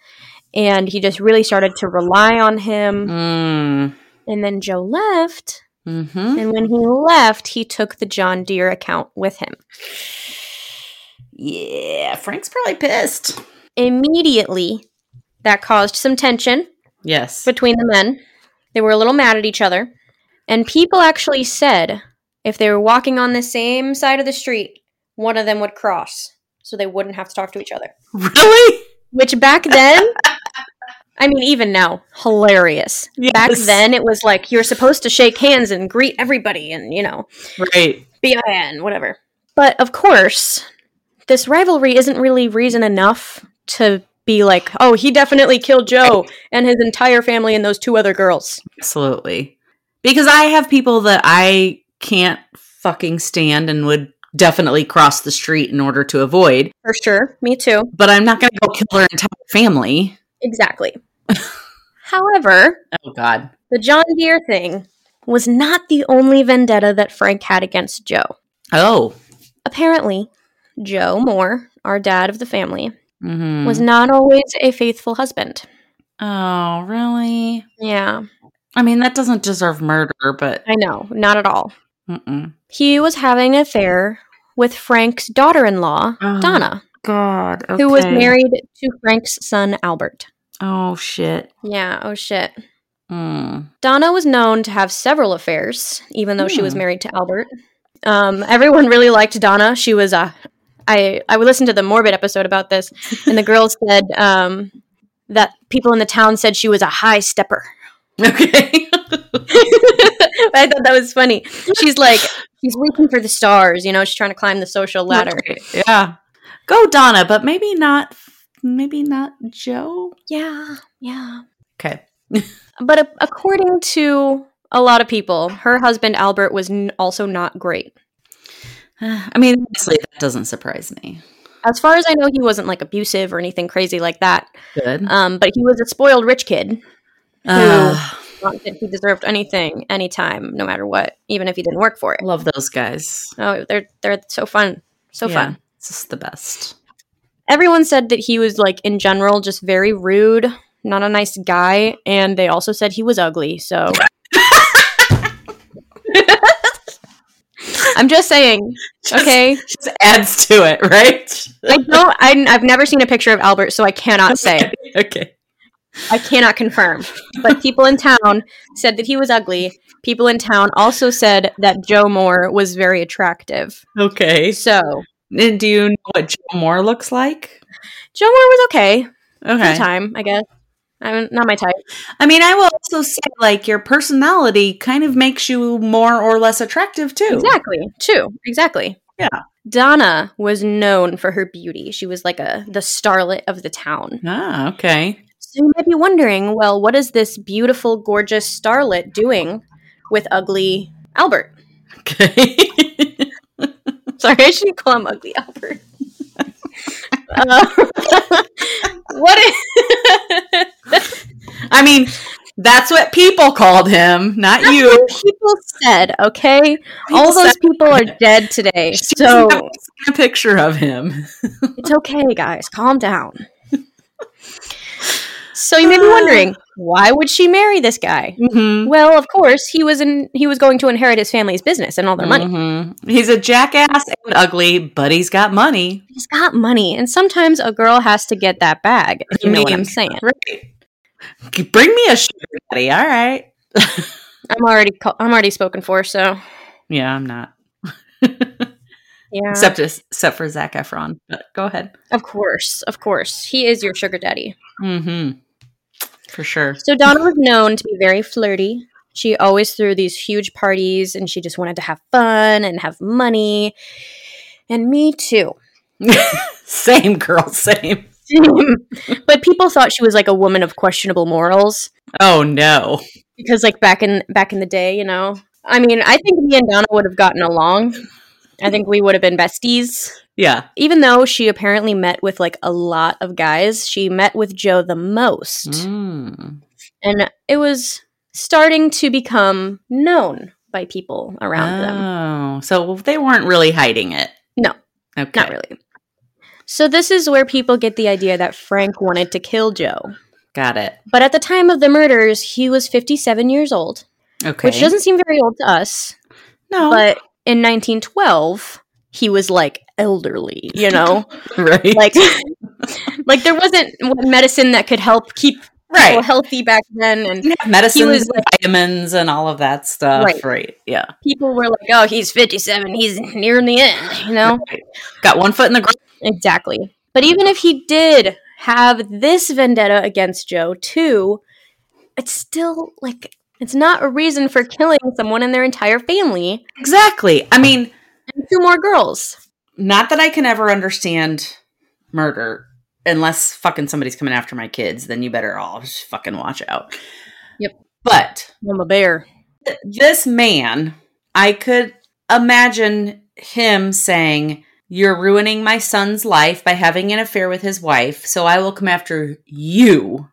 and he just really started to rely on him.
Mm.
And then Joe left,
Mm-hmm.
and when he left, he took the John Deere account with him.
Yeah, Frank's probably pissed.
Immediately, that caused some tension
Yes.
between the men. They were a little mad at each other. And people actually said if they were walking on the same side of the street, one of them would cross so they wouldn't have to talk to each other.
really?
Which back then, I mean, even now, hilarious. Back
Yes.
then, it was like you're supposed to shake hands and greet everybody and, you know,
Right.
be a man, whatever. But of course, this rivalry isn't really reason enough to be like, oh, he definitely killed Joe and his entire family and those two other girls.
Absolutely. Because I have people that I can't fucking stand and would definitely cross the street in order to avoid,
For sure. Me too.
but I'm not going to go kill their entire family.
Exactly. However,
Oh, God.
the John Deere thing was not the only vendetta that Frank had against Joe.
Oh.
Apparently, Joe Moore, our dad of the family,
Mm-hmm.
was not always a faithful husband.
oh, really?
Yeah.
I mean, that doesn't deserve murder, but
I know, not at all.
mm-mm.
He was having an affair with Frank's daughter in law,
Oh,
Donna,
God,
who was
okay.
married to Frank's son, Albert.
Oh shit.
Yeah, oh shit.
Mm.
Donna was known to have several affairs, even though she was
Hmm.
married to Albert. Um, everyone really liked Donna. She was a. I I would listen to the morbid episode about this, and the girls said um, that people in the town said she was a high stepper.
Okay.
I thought that was funny. She's like she's reaching for the stars, you know. She's trying to climb the social ladder.
Okay, Yeah. Go Donna, but maybe not maybe not Joe.
Yeah, yeah.
Okay.
But a- according to a lot of people, her husband Albert was n- also not great.
I mean, honestly, that doesn't surprise me.
As far as I know, he wasn't like abusive or anything crazy like that.
Good.
Um, but he was a spoiled rich kid.
Uh,
Not that he deserved anything, anytime, no matter what, even if he didn't work for it.
love those guys.
Oh, they're they're so fun, so
Yeah,
fun.
It's just the best.
Everyone said that he was like in general just very rude, not a nice guy, and they also said he was ugly. So. I'm just saying, okay.
Just adds to it, right?
I don't. I, I've never seen a picture of Albert, so I cannot say.
Okay.
I cannot confirm, but people in town said that he was ugly. People in town also said that Joe Moore was very attractive.
Okay.
So
And do you know what Joe Moore looks like?
Joe Moore was okay for the
Okay.
time, I guess. I'm not my type.
I mean, I will also say, like, your personality kind of makes you more or less attractive, too.
Exactly. Too. Exactly.
Yeah.
Donna was known for her beauty. She was like a the starlet of the town.
Ah, okay.
So you might be wondering, well, what is this beautiful, gorgeous starlet doing with ugly Albert?
Okay.
Sorry, I shouldn't call him Ugly Albert. Uh, what is.
I mean, that's what people called him, not you.
people said, okay? All those people are dead today.
She's
So
never seen a picture of him.
it's okay, guys. Calm down. So you may be wondering, why would she marry this guy?
Mm-hmm.
Well, of course, he was in he was going to inherit his family's business and all their money.
Mm-hmm. He's a jackass and ugly, but he's got money.
He's got money, and sometimes a girl has to get that bag, if you know what I'm
mean,
saying.
Right. Bring me a sugar daddy. All right.
I'm already call- I'm already spoken for, so
Yeah, I'm not.
yeah.
Except except for Zach Efron. But go ahead.
Of course, of course. He is your sugar daddy.
Mm-hmm. For sure.
So Donna was known to be very flirty. She always threw these huge parties and she just wanted to have fun and have money. And me too.
Same girl, same.
but people thought she was like a woman of questionable morals
Oh no.
because like back in back in the day, you know. I mean, I think me and Donna would have gotten along. I think we would have been besties.
Yeah.
Even though she apparently met with like a lot of guys, she met with Joe the most.
Mm.
and it was starting to become known by people around them.
Oh. So they weren't really hiding it.
No.
Okay.
Not really. So this is where people get the idea that Frank wanted to kill Joe.
Got it.
But at the time of the murders, he was 57 years old,
Okay. Oh.
which doesn't seem very old to us,
no.
but in 1912, he was like elderly, you know?
right.
like like there wasn't medicine that could help keep people
right.
healthy back then and
Didn't have Medicines,
was
and vitamins, and all of that stuff.
Right.
Right. Yeah.
people were like, "Oh, he's 57, he's nearing the end," you know?
Right. Got one foot in the ground.
Exactly. But even if he did have this vendetta against Joe, too, it's still like it's not a reason for killing someone and their entire family
Exactly. I mean,
and two more girls.
not that I can ever understand murder unless fucking somebody's coming after my kids, then you better all just fucking watch out.
Yep.
But
I'm a bear.
th- this man, I could imagine him saying, You're ruining my son's life by having an affair with his wife, so I will come after you.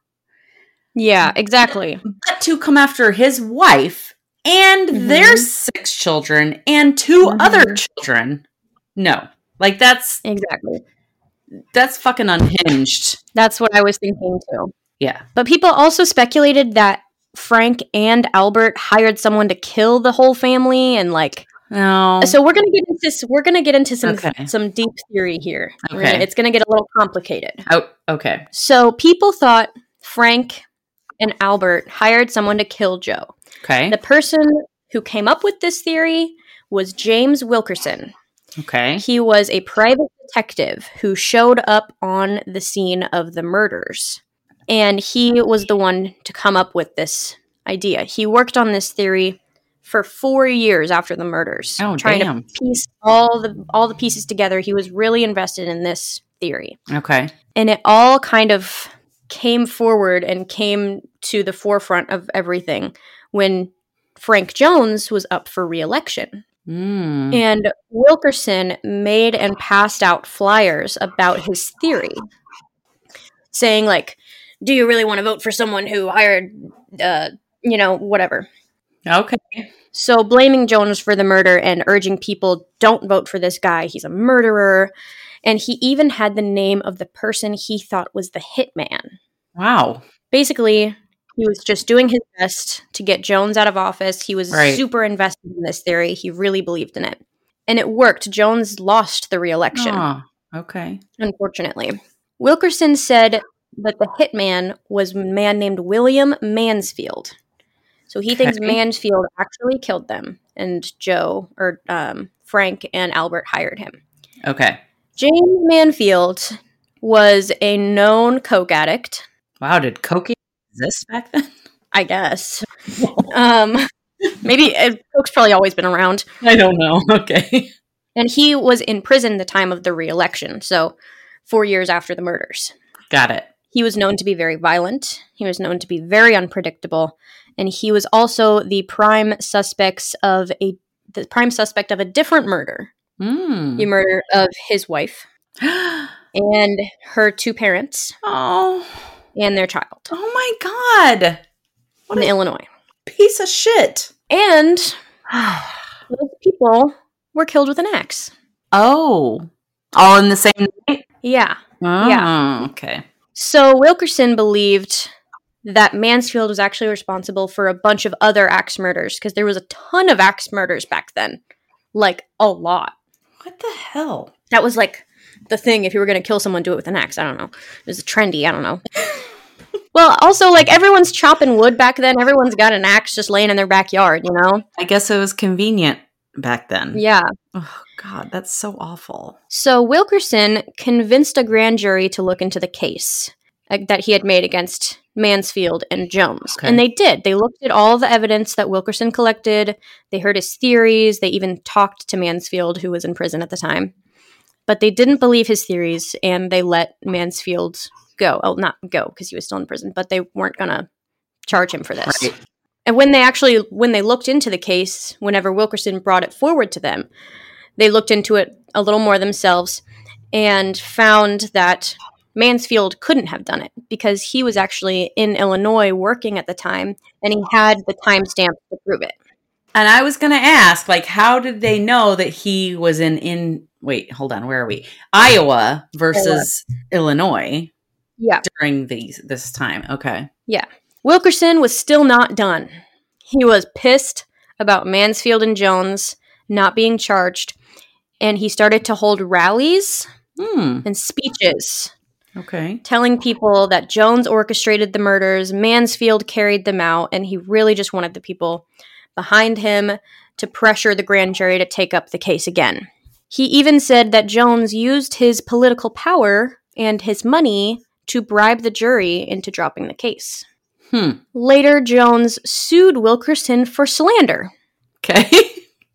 Yeah, exactly.
But to come after his wife and
Mhm.
their six children and 2
Mhm.
other children. No. Like that's
Exactly.
that's fucking unhinged.
That's what I was thinking too.
Yeah.
But people also speculated that Frank and Albert hired someone to kill the whole family and like
No.
so we're gonna get into this, we're gonna get into some
Oh. Okay.
some deep theory here. We're
Okay.
gonna- it's gonna get a little complicated.
oh, okay.
So people thought Frank and Albert hired someone to kill Joe.
Okay.
The person who came up with this theory was James Wilkerson.
Okay.
He was a private detective who showed up on the scene of the murders. And he was the one to come up with this idea. He worked on this theory for 4 years after the murders,
Oh,
trying
damn.
to piece all the all the pieces together. He was really invested in this theory
Okay.
and it all kind of came forward and came to the forefront of everything when Frank Jones was up for reelection.
Mm.
And Wilkerson made and passed out flyers about his theory, saying, like, do you really want to vote for someone who hired, uh, you know, whatever?
Okay.
So blaming Jones for the murder and urging people don't vote for this guy, he's a murderer. And he even had the name of the person he thought was the hitman.
Wow.
Basically, he was just doing his best to get Jones out of office. He was
Right.
super invested in this theory. He really believed in it. And it worked. Jones lost the reelection,
Ah, okay.
unfortunately. Wilkerson said that the hitman was a man named William Mansfield. So he thinks
Okay.
Mansfield actually killed them, and Joe or um, Frank and Albert hired him.
Okay.
James Manfield was a known coke addict.
Wow. Did Cokie exist back then?
I guess. um, maybe uh, Coke's probably always been around.
I don't know. Okay.
And he was in prison the time of the reelection, so four years after the murders.
Got it.
He was known to be very violent. He was known to be very unpredictable, and he was also the prime suspects of a the prime suspect of a different murder,
Mm.
the murder of his wife and her two parents
oh.
and their child
Oh my God. What
in
a
Illinois.
piece of shit.
And those people were killed with an axe.
oh. All in the same night?
Yeah.
Oh,
Yeah.
Okay.
So Wilkerson believed that Mansfield was actually responsible for a bunch of other axe murders because there was a ton of axe murders back then. Like a lot.
What the hell?
That was like the thing if you were going to kill someone do it with an axe. I don't know. It was trendy, I don't know. well, also like everyone's chopping wood back then. Everyone's got an axe just laying in their backyard, you know.
I guess it was convenient back then.
Yeah.
Oh, God. That's so awful.
So Wilkerson convinced a grand jury to look into the case uh, that he had made against Mansfield and Jones.
Okay.
And they did. They looked at all the evidence that Wilkerson collected, they heard his theories, they even talked to Mansfield, who was in prison at the time. But they didn't believe his theories and they let Mansfield go. Oh, not go because he was still in prison, but they weren't going to charge him for this.
Right.
And when they actually when they looked into the case, whenever Wilkerson brought it forward to them, they looked into it a little more themselves and found that Mansfield couldn't have done it because he was actually in Illinois working at the time and he had the timestamp to prove it.
And I was going to ask, like, how did they know that he was in in wait, hold on, where are we? Iowa versus Illinois
Yeah.
during these this time. Okay.
Wilkerson was still not done. He was pissed about Mansfield and Jones not being charged and he started to hold rallies
Hmm.
and speeches
Okay.
telling people that Jones orchestrated the murders, Mansfield carried them out, and he really just wanted the people behind him to pressure the grand jury to take up the case again. He even said that Jones used his political power and his money to bribe the jury into dropping the case.
Hmm.
Later, Jones sued Wilkerson for slander
Okay.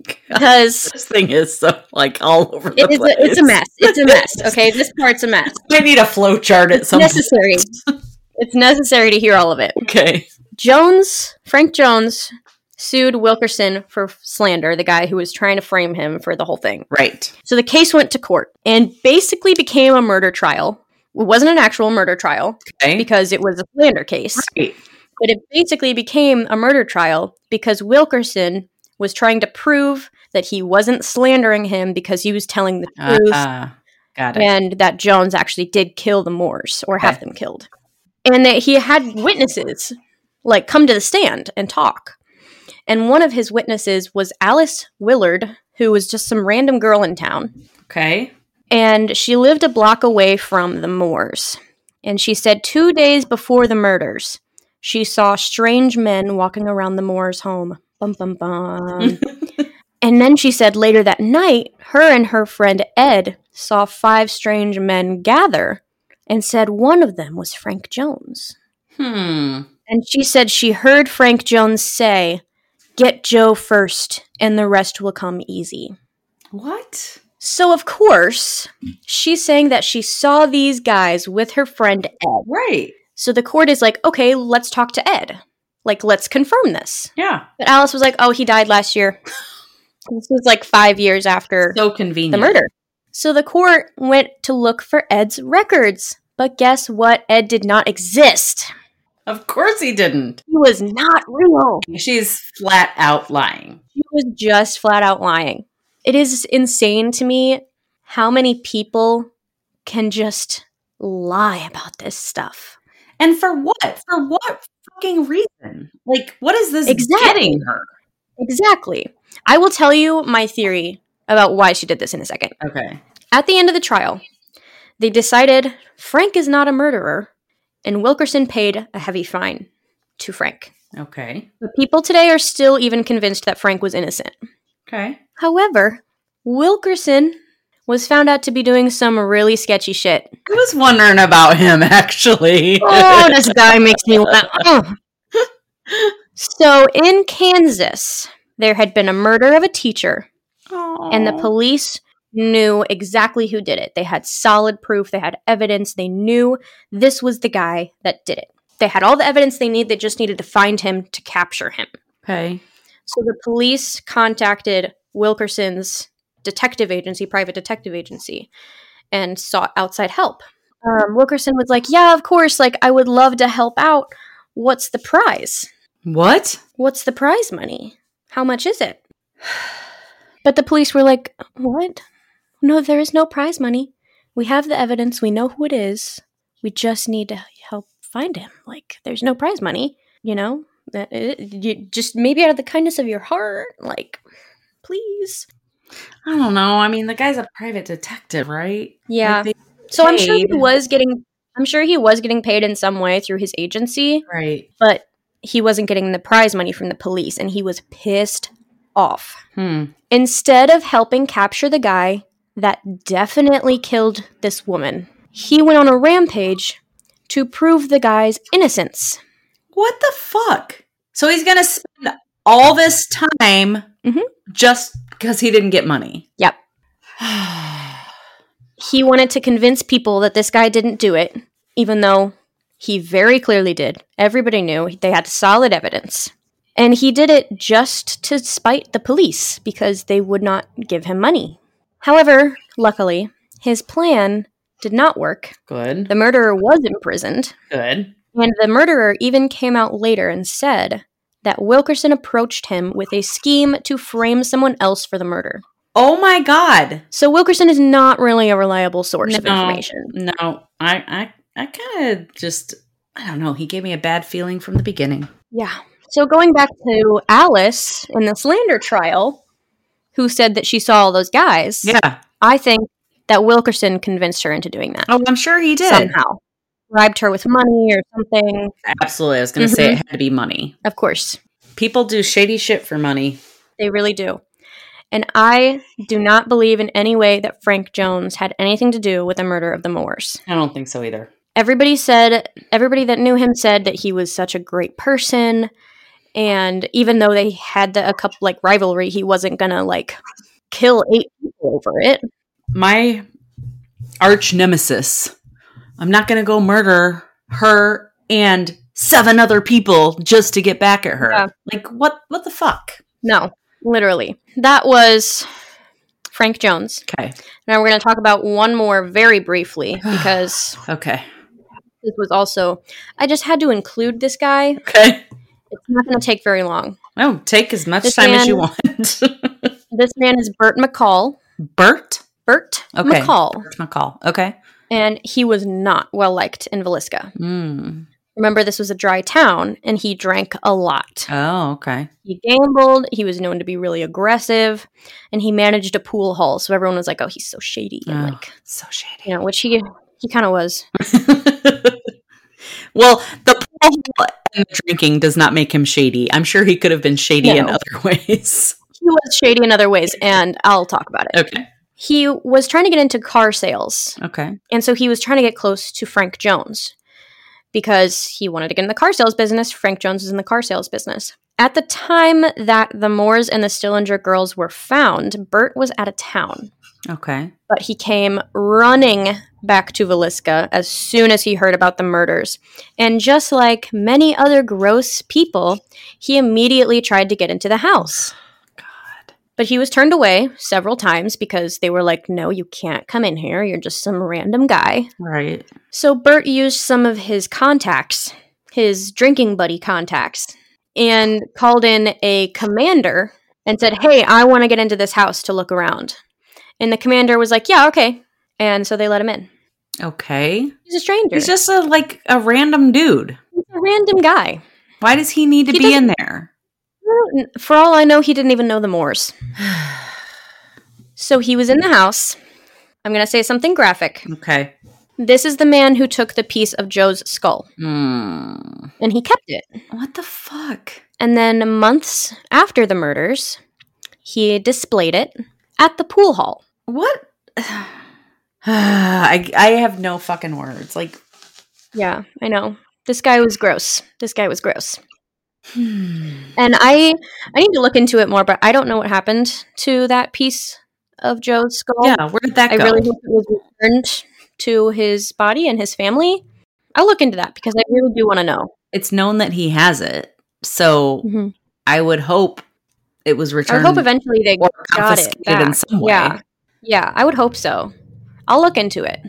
God,
because
this thing is so like all over the
it is
place.
a, it's a mess. It's a mess. Okay, this part's a mess.
I need a flow chart at
It's
some point.
necessary. It's necessary to hear all of it.
Okay.
Jones, Frank Jones, sued Wilkerson for slander, the guy who was trying to frame him for the whole thing.
Right.
So the case went to court and basically became a murder trial. It wasn't an actual murder trial
Okay.
because it was a slander case,
Right.
but it basically became a murder trial because Wilkerson was trying to prove that he wasn't slandering him because he was telling the
Uh,
truth
uh, got it.
and that Jones actually did kill the Moors or have
Okay.
them killed, and that he had witnesses like come to the stand and talk. And one of his witnesses was Alice Willard, who was just some random girl in town.
Okay.
And she lived a block away from the Moors. And she said two days before the murders, she saw strange men walking around the Moors home. Bum, bum, bum. and then she said later that night, her and her friend Ed saw five strange men gather and said one of them was Frank Jones.
Hmm.
And she said she heard Frank Jones say, Get Joe first, and the rest will come easy.
What?
So, of course, she's saying that she saw these guys with her friend Ed.
Right.
So the court is like, okay, let's talk to Ed. Like, let's confirm this.
Yeah.
But Alice was like, oh, he died last year. this was like five years after
So convenient.
the murder. So the court went to look for Ed's records. But guess what? Ed did not exist.
Of course he didn't.
He was not real.
She's flat out lying.
He was just flat out lying. It is insane to me how many people can just lie about this stuff.
And for what? For what fucking reason? Like, what is this
Exactly.
getting her?
Exactly. I will tell you my theory about why she did this in a second.
Okay.
At the end of the trial, they decided Frank is not a murderer, and Wilkerson paid a heavy fine to Frank.
Okay.
But people today are still even convinced that Frank was innocent.
Okay.
However, Wilkerson was found out to be doing some really sketchy shit.
I was wondering about him actually.
Oh, this guy makes me laugh. Oh. So, in Kansas, there had been a murder of a teacher and the police knew exactly who did it. They had solid proof, they had evidence, they knew this was the guy that did it. They had all the evidence they need, they just needed to find him to capture him.
Okay.
So the police contacted Wilkerson's detective agency, private detective agency, and sought outside help. Um, Wilkerson was like, Yeah, of course, like I would love to help out. What's the prize?
What?
What's the prize money? How much is it? But the police were like, What? No, there is no prize money. We have the evidence. We know who it is. We just need to help find him. Like, there's no prize money, you know? That- it- you- just maybe out of the kindness of your heart, like, please.
I don't know. I mean, the guy's a private detective, right?
Yeah.
Like, they-
so I'm sure he
paid.
was getting. I'm sure he was getting paid in some way through his agency,
right.
but he wasn't getting the prize money from the police and he was pissed off.
Hmm.
Instead of helping capture the guy that definitely killed this woman, he went on a rampage to prove the guy's innocence.
What the fuck? So he's gonna spend all this time
Mhm.
just because he didn't get money.
Yep. He wanted to convince people that this guy didn't do it, even though he very clearly did. Everybody knew they had solid evidence. And he did it just to spite the police because they would not give him money. However, luckily, his plan did not work.
Good.
The murderer was imprisoned.
Good.
And the murderer even came out later and said that Wilkerson approached him with a scheme to frame someone else for the murder.
Oh my god.
So Wilkerson is not really a reliable source of
No.
information.
No, I I I kind of just I don't know. He gave me a bad feeling from the beginning.
Yeah. So going back to Alice in the slander trial, who said that she saw all those guys,
Yeah.
I think that Wilkerson convinced her into doing that
Oh, I'm sure he did.
somehow. Bribed her with money or something.
Absolutely. I was going to
Mm-hmm.
say it had to be money.
Of course.
People do shady shit for money.
They really do. And I do not believe in any way that Frank Jones had anything to do with the murder of the Moors.
I don't think so either.
Everybody said, everybody that knew him said that he was such a great person. And even though they had the, a couple like rivalry, he wasn't gonna like kill eight people over it.
My arch nemesis. I'm not going to go murder her and seven other people just to get back at her.
Yeah.
Like what what the fuck?
No, literally. That was Frank Jones.
Okay.
Now we're gonna talk about one more very briefly because
Okay.
this was also, I just had to include this guy.
Okay.
It's not gonna take very long.
Oh, take as much
This
time as
man-
you want.
This man is Bert McCall.
Bert
Bert
Okay.
McCall.
Bert McCall. Okay.
And he was not well liked in Villisca.
Mm.
Remember, this was a dry town, and he drank a lot.
Oh, okay.
He gambled. He was known to be really aggressive, and he managed a pool hall. So everyone was like, "Oh, he's so shady," and
Oh,
like,
So shady.
you know, which he he kind of was.
well, the pool and the drinking does not make him shady. I'm sure he could have been shady in
No.
other ways.
He was shady in other ways, and I'll talk about it.
Okay.
He was trying to get into car sales,
Okay.
and so he was trying to get close to Frank Jones because he wanted to get in the car sales business. Frank Jones was in the car sales business. At the time that the Moores and the Stillinger girls were found, Bert was out of town.
Okay.
but he came running back to Velisca as soon as he heard about the murders. And just like many other gross people, he immediately tried to get into the house.
God.
But he was turned away several times because they were like, no, you can't come in here. You're just some random guy.
Right.
So Bert used some of his contacts, his drinking buddy contacts, and called in a commander and said, Hey, I want to get into this house to look around. And the commander was like, Yeah, okay. And so they let him in.
Okay.
He's a stranger.
He's just a like a random dude.
He's a random guy.
Why does he need to
He
be in there?
For all I know, he didn't even know the Moors. So he was in the house. I'm going to say something graphic.
okay.
This is the man who took the piece of Joe's skull,
Hmm.
and he kept it.
What the fuck?
And then months after the murders, he displayed it at the pool hall.
What? I I have no fucking words. Like,
Yeah, I know. This guy was gross. This guy was gross.
hmm.
And I I need to look into it more, but I don't know what happened to that piece of Joe's skull.
yeah. Where did that
I
go?
really hope it was returned to his body and his family. I'll look into that because I really do want to know.
it's known that he has it, so
Mhm.
I would hope it was
I
returned.
would hope eventually they
or
got it
confiscated
back.
in some way.
Yeah, yeah, I would hope so. I'll look into it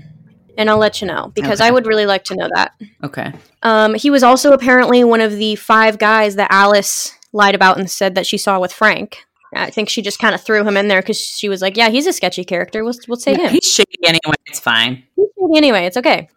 and I'll let you know because I
Okay.
would really like to know that.
Okay.
Um, he was also apparently one of the five guys that Alice lied about and said that she saw with Frank. I think she just kind of threw him in there because she was like, "Yeah, he's a sketchy character. We'll we'll take
Yeah,
him.
He's shady anyway. It's fine.
He's shady anyway. It's okay."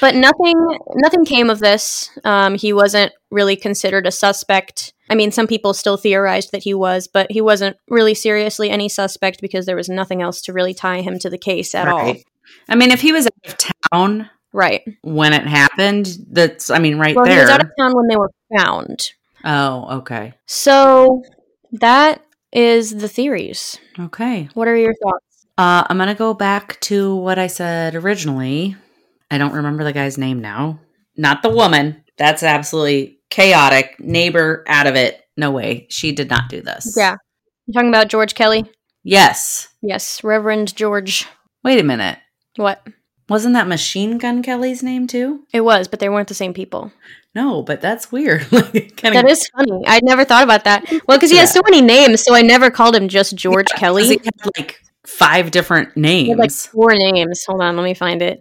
But nothing nothing came of this. Um, he wasn't really considered a suspect. I mean, some people still theorized that he was, but he wasn't really seriously any suspect because there was nothing else to really tie him to the case at all.
Right. I mean, if he was out of town
Right.
when it happened, that's. I mean, right
Well, he
there.
was out of town when they were found.
oh, okay.
So that is the theories.
Okay.
What are your thoughts?
Uh, I'm gonna go back to what I said originally. I don't remember the guy's name now. Not the woman. That's absolutely chaotic. Neighbor out of it. No way. She did not do this.
Yeah. You talking about George Kelly?
Yes.
Yes, Reverend George.
Wait a minute.
What?
Wasn't that Machine Gun Kelly's name too?
It was, but they weren't the same people.
No, but that's weird. like, it kinda-
That is funny. I'd never thought about that. Well, because he has so many names, so I never called him just George
Yeah, 'cause
Kelly.
He had like five different
He had, like
names.
four names. Hold on, let me find it.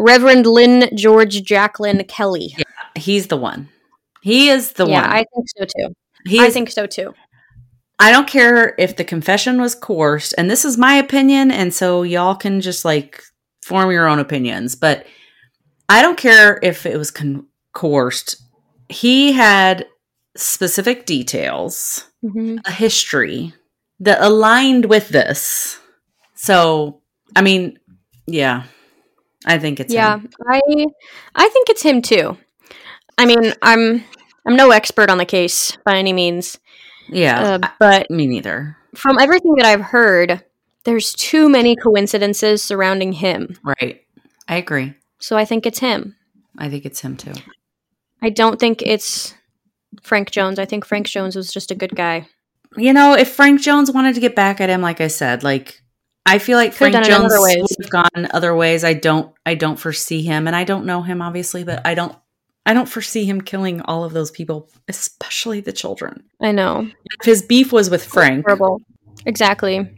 Reverend Lynn George Jacqueline Kelly.
He's the one. He is the
yeah,
one.
I think so too.
he
I
is
think so too.
I don't care if the confession was coerced, and this is my opinion, and so y'all can just like form your own opinions, but I don't care if it was con- coerced. He had specific details,
Mhm.
a history that aligned with this. So, I mean, yeah, I think it's
Yeah,
him.
I I think it's him too. I mean, I'm I'm no expert on the case by any means,
yeah.
uh, but
I- me neither.
from everything that I've heard, there's too many coincidences surrounding him.
Right. I agree.
So I think it's him.
I think it's him too.
I don't think it's Frank Jones. I think Frank Jones was just a good guy.
you know, if Frank Jones wanted to get back at him, like I said, like I feel like
Could've
Frank
done it
Jones
other ways.
would have gone other ways. I don't, I don't foresee him, and I don't know him obviously, but I don't, I don't foresee him killing all of those people, especially the children.
I know.
If his beef was with Frank,
Horrible. Exactly.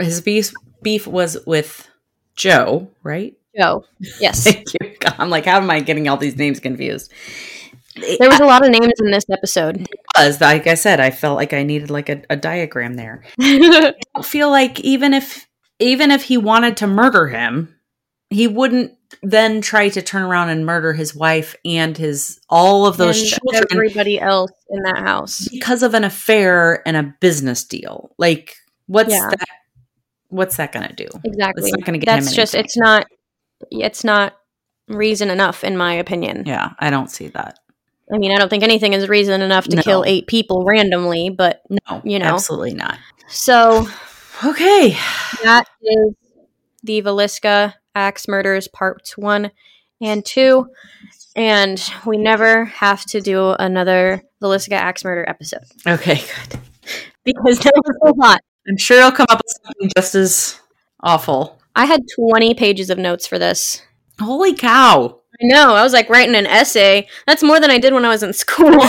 his beef beef was with Joe, right?
Joe. Yes.
Thank you. God, I'm like, how am I getting all these names confused?
There was a lot of names in this episode.
was like I said, I felt like I needed like a, a diagram there.
yeah.
don't feel like even if even if he wanted to murder him, he wouldn't then try to turn around and murder his wife and his all of those
and
children
everybody else in that house.
because of an affair and a business deal. Like what's
Yeah.
that what's that gonna do?
Exactly.
not gonna get him
That's just
anything.
it's not it's not reason enough in my opinion.
Yeah, I don't see that.
I mean, I don't think anything is reason enough to
No.
kill eight people randomly, but
No,
You know.
absolutely not.
so
Okay.
that is the Velisca Axe Murders Parts 1 and 2. And we never have to do another Velisca Axe Murder episode
Okay, good.
because that was a lot.
I'm sure it'll come up with something just as awful.
I had 20 pages of notes for this.
Holy cow.
I know. I was like writing an essay. That's more than I did when I was in school.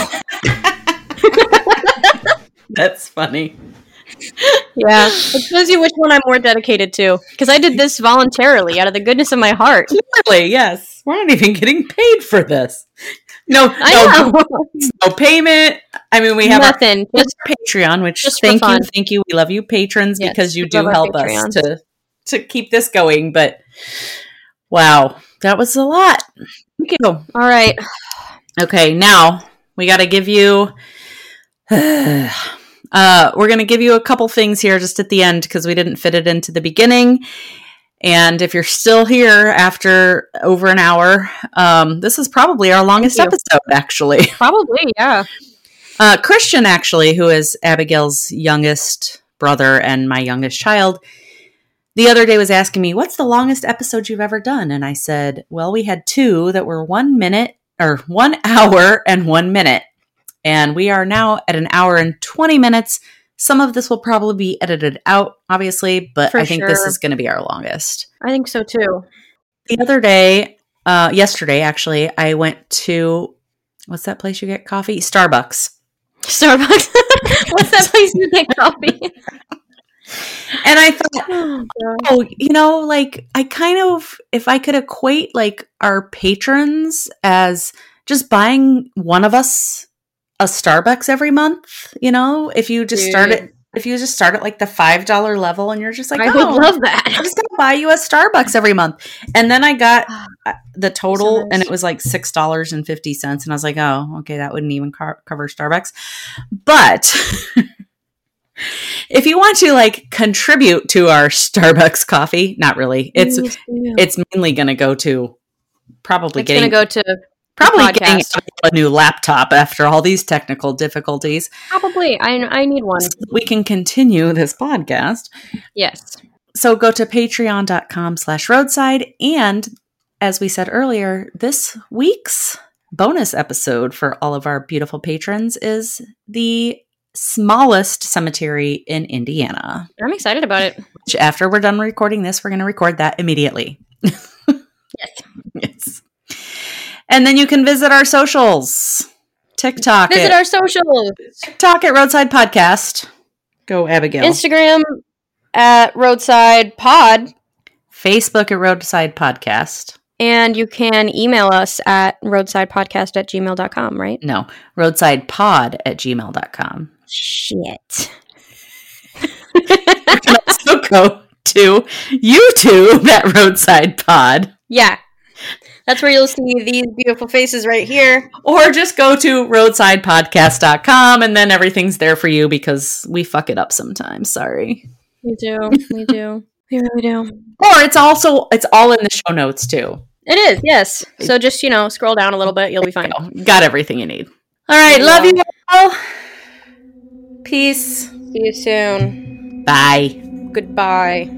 That's funny.
yeah. It shows you which one I'm more dedicated to because I did this voluntarily out of the goodness of my heart.
Clearly, yes. We're not even getting paid for this. No,
I
no,
know.
no payment. I mean, we have our
Nothing. Just
Patreon, which
Just for
thank you,
fun.
thank you. We love you, patrons,
Yes,
because you
we
do
love our
help us
Patreons.
to to keep this going. But wow, that was a lot. Thank you.
all right.
Okay, now we got to give you. Uh, we're going to give you a couple things here just at the end because we didn't fit it into the beginning. And if you're still here after over an hour, um, this is probably our longest
you.
episode, actually.
Probably, yeah.
Uh, Christian, actually, who is Abigail's youngest brother and my youngest child, the other day was asking me, What's the longest episode you've ever done? And I said, Well, we had two that were one minute or one hour and one minute. And we are now at an hour and 20 minutes. Some of this will probably be edited out, obviously, but
For
I think this
sure.
is going to be our longest
I think so too.
the other day, uh, yesterday actually, I went to what's that place you get coffee? Starbucks.
Starbucks. What's that place you get coffee?
And I thought, oh, you know, like I kind of, if I could equate like our patrons as just buying one of us a Starbucks every month, you know, if you just start
Dude.
at, if you just start at like the $5 level and you're just like,
I
oh,
would love
I'm
that.
just gonna buy you a Starbucks every month. And then I got uh, the total,
nice.
and it was like six dollars and fifty cents. And I was like, oh, okay, that wouldn't even car- cover Starbucks. But if you want to like contribute to our Starbucks coffee, not really. It's
Please do.
it's mainly gonna go to probably
It's
getting
gonna go to
probably
podcast.
getting a new laptop after all these technical difficulties.
probably. I I need one.
So that we can continue this podcast.
Yes.
so go to patreon.com slash roadside and as we said earlier this week's bonus episode for all of our beautiful patrons is the smallest cemetery in indiana
I'm excited about it.
which after we're done recording this we're going to record that immediately
Yes.
yes and then you can visit our socials tiktok
Visit
at,
our socials.
tiktok at roadside podcast go abigail
Instagram at roadside pod.
facebook at roadside podcast
And you can email us at roadsidepodcast at gmail.com, right?
No, roadsidepod at gmail.com.
Shit.
You can also go to YouTube at Roadside Pod.
yeah. That's where you'll see these beautiful faces right here.
Or just go to roadsidepodcast.com and then everything's there for you because we fuck it up sometimes. Sorry.
We do. We do. We really do.
Or it's also it's all in the show notes too.
It is, yes. So just, you know, scroll down a little bit, you'll be fine.
So, got everything you need. All right,
Yeah.
love you all. Peace.
See you soon.
Bye.
Goodbye.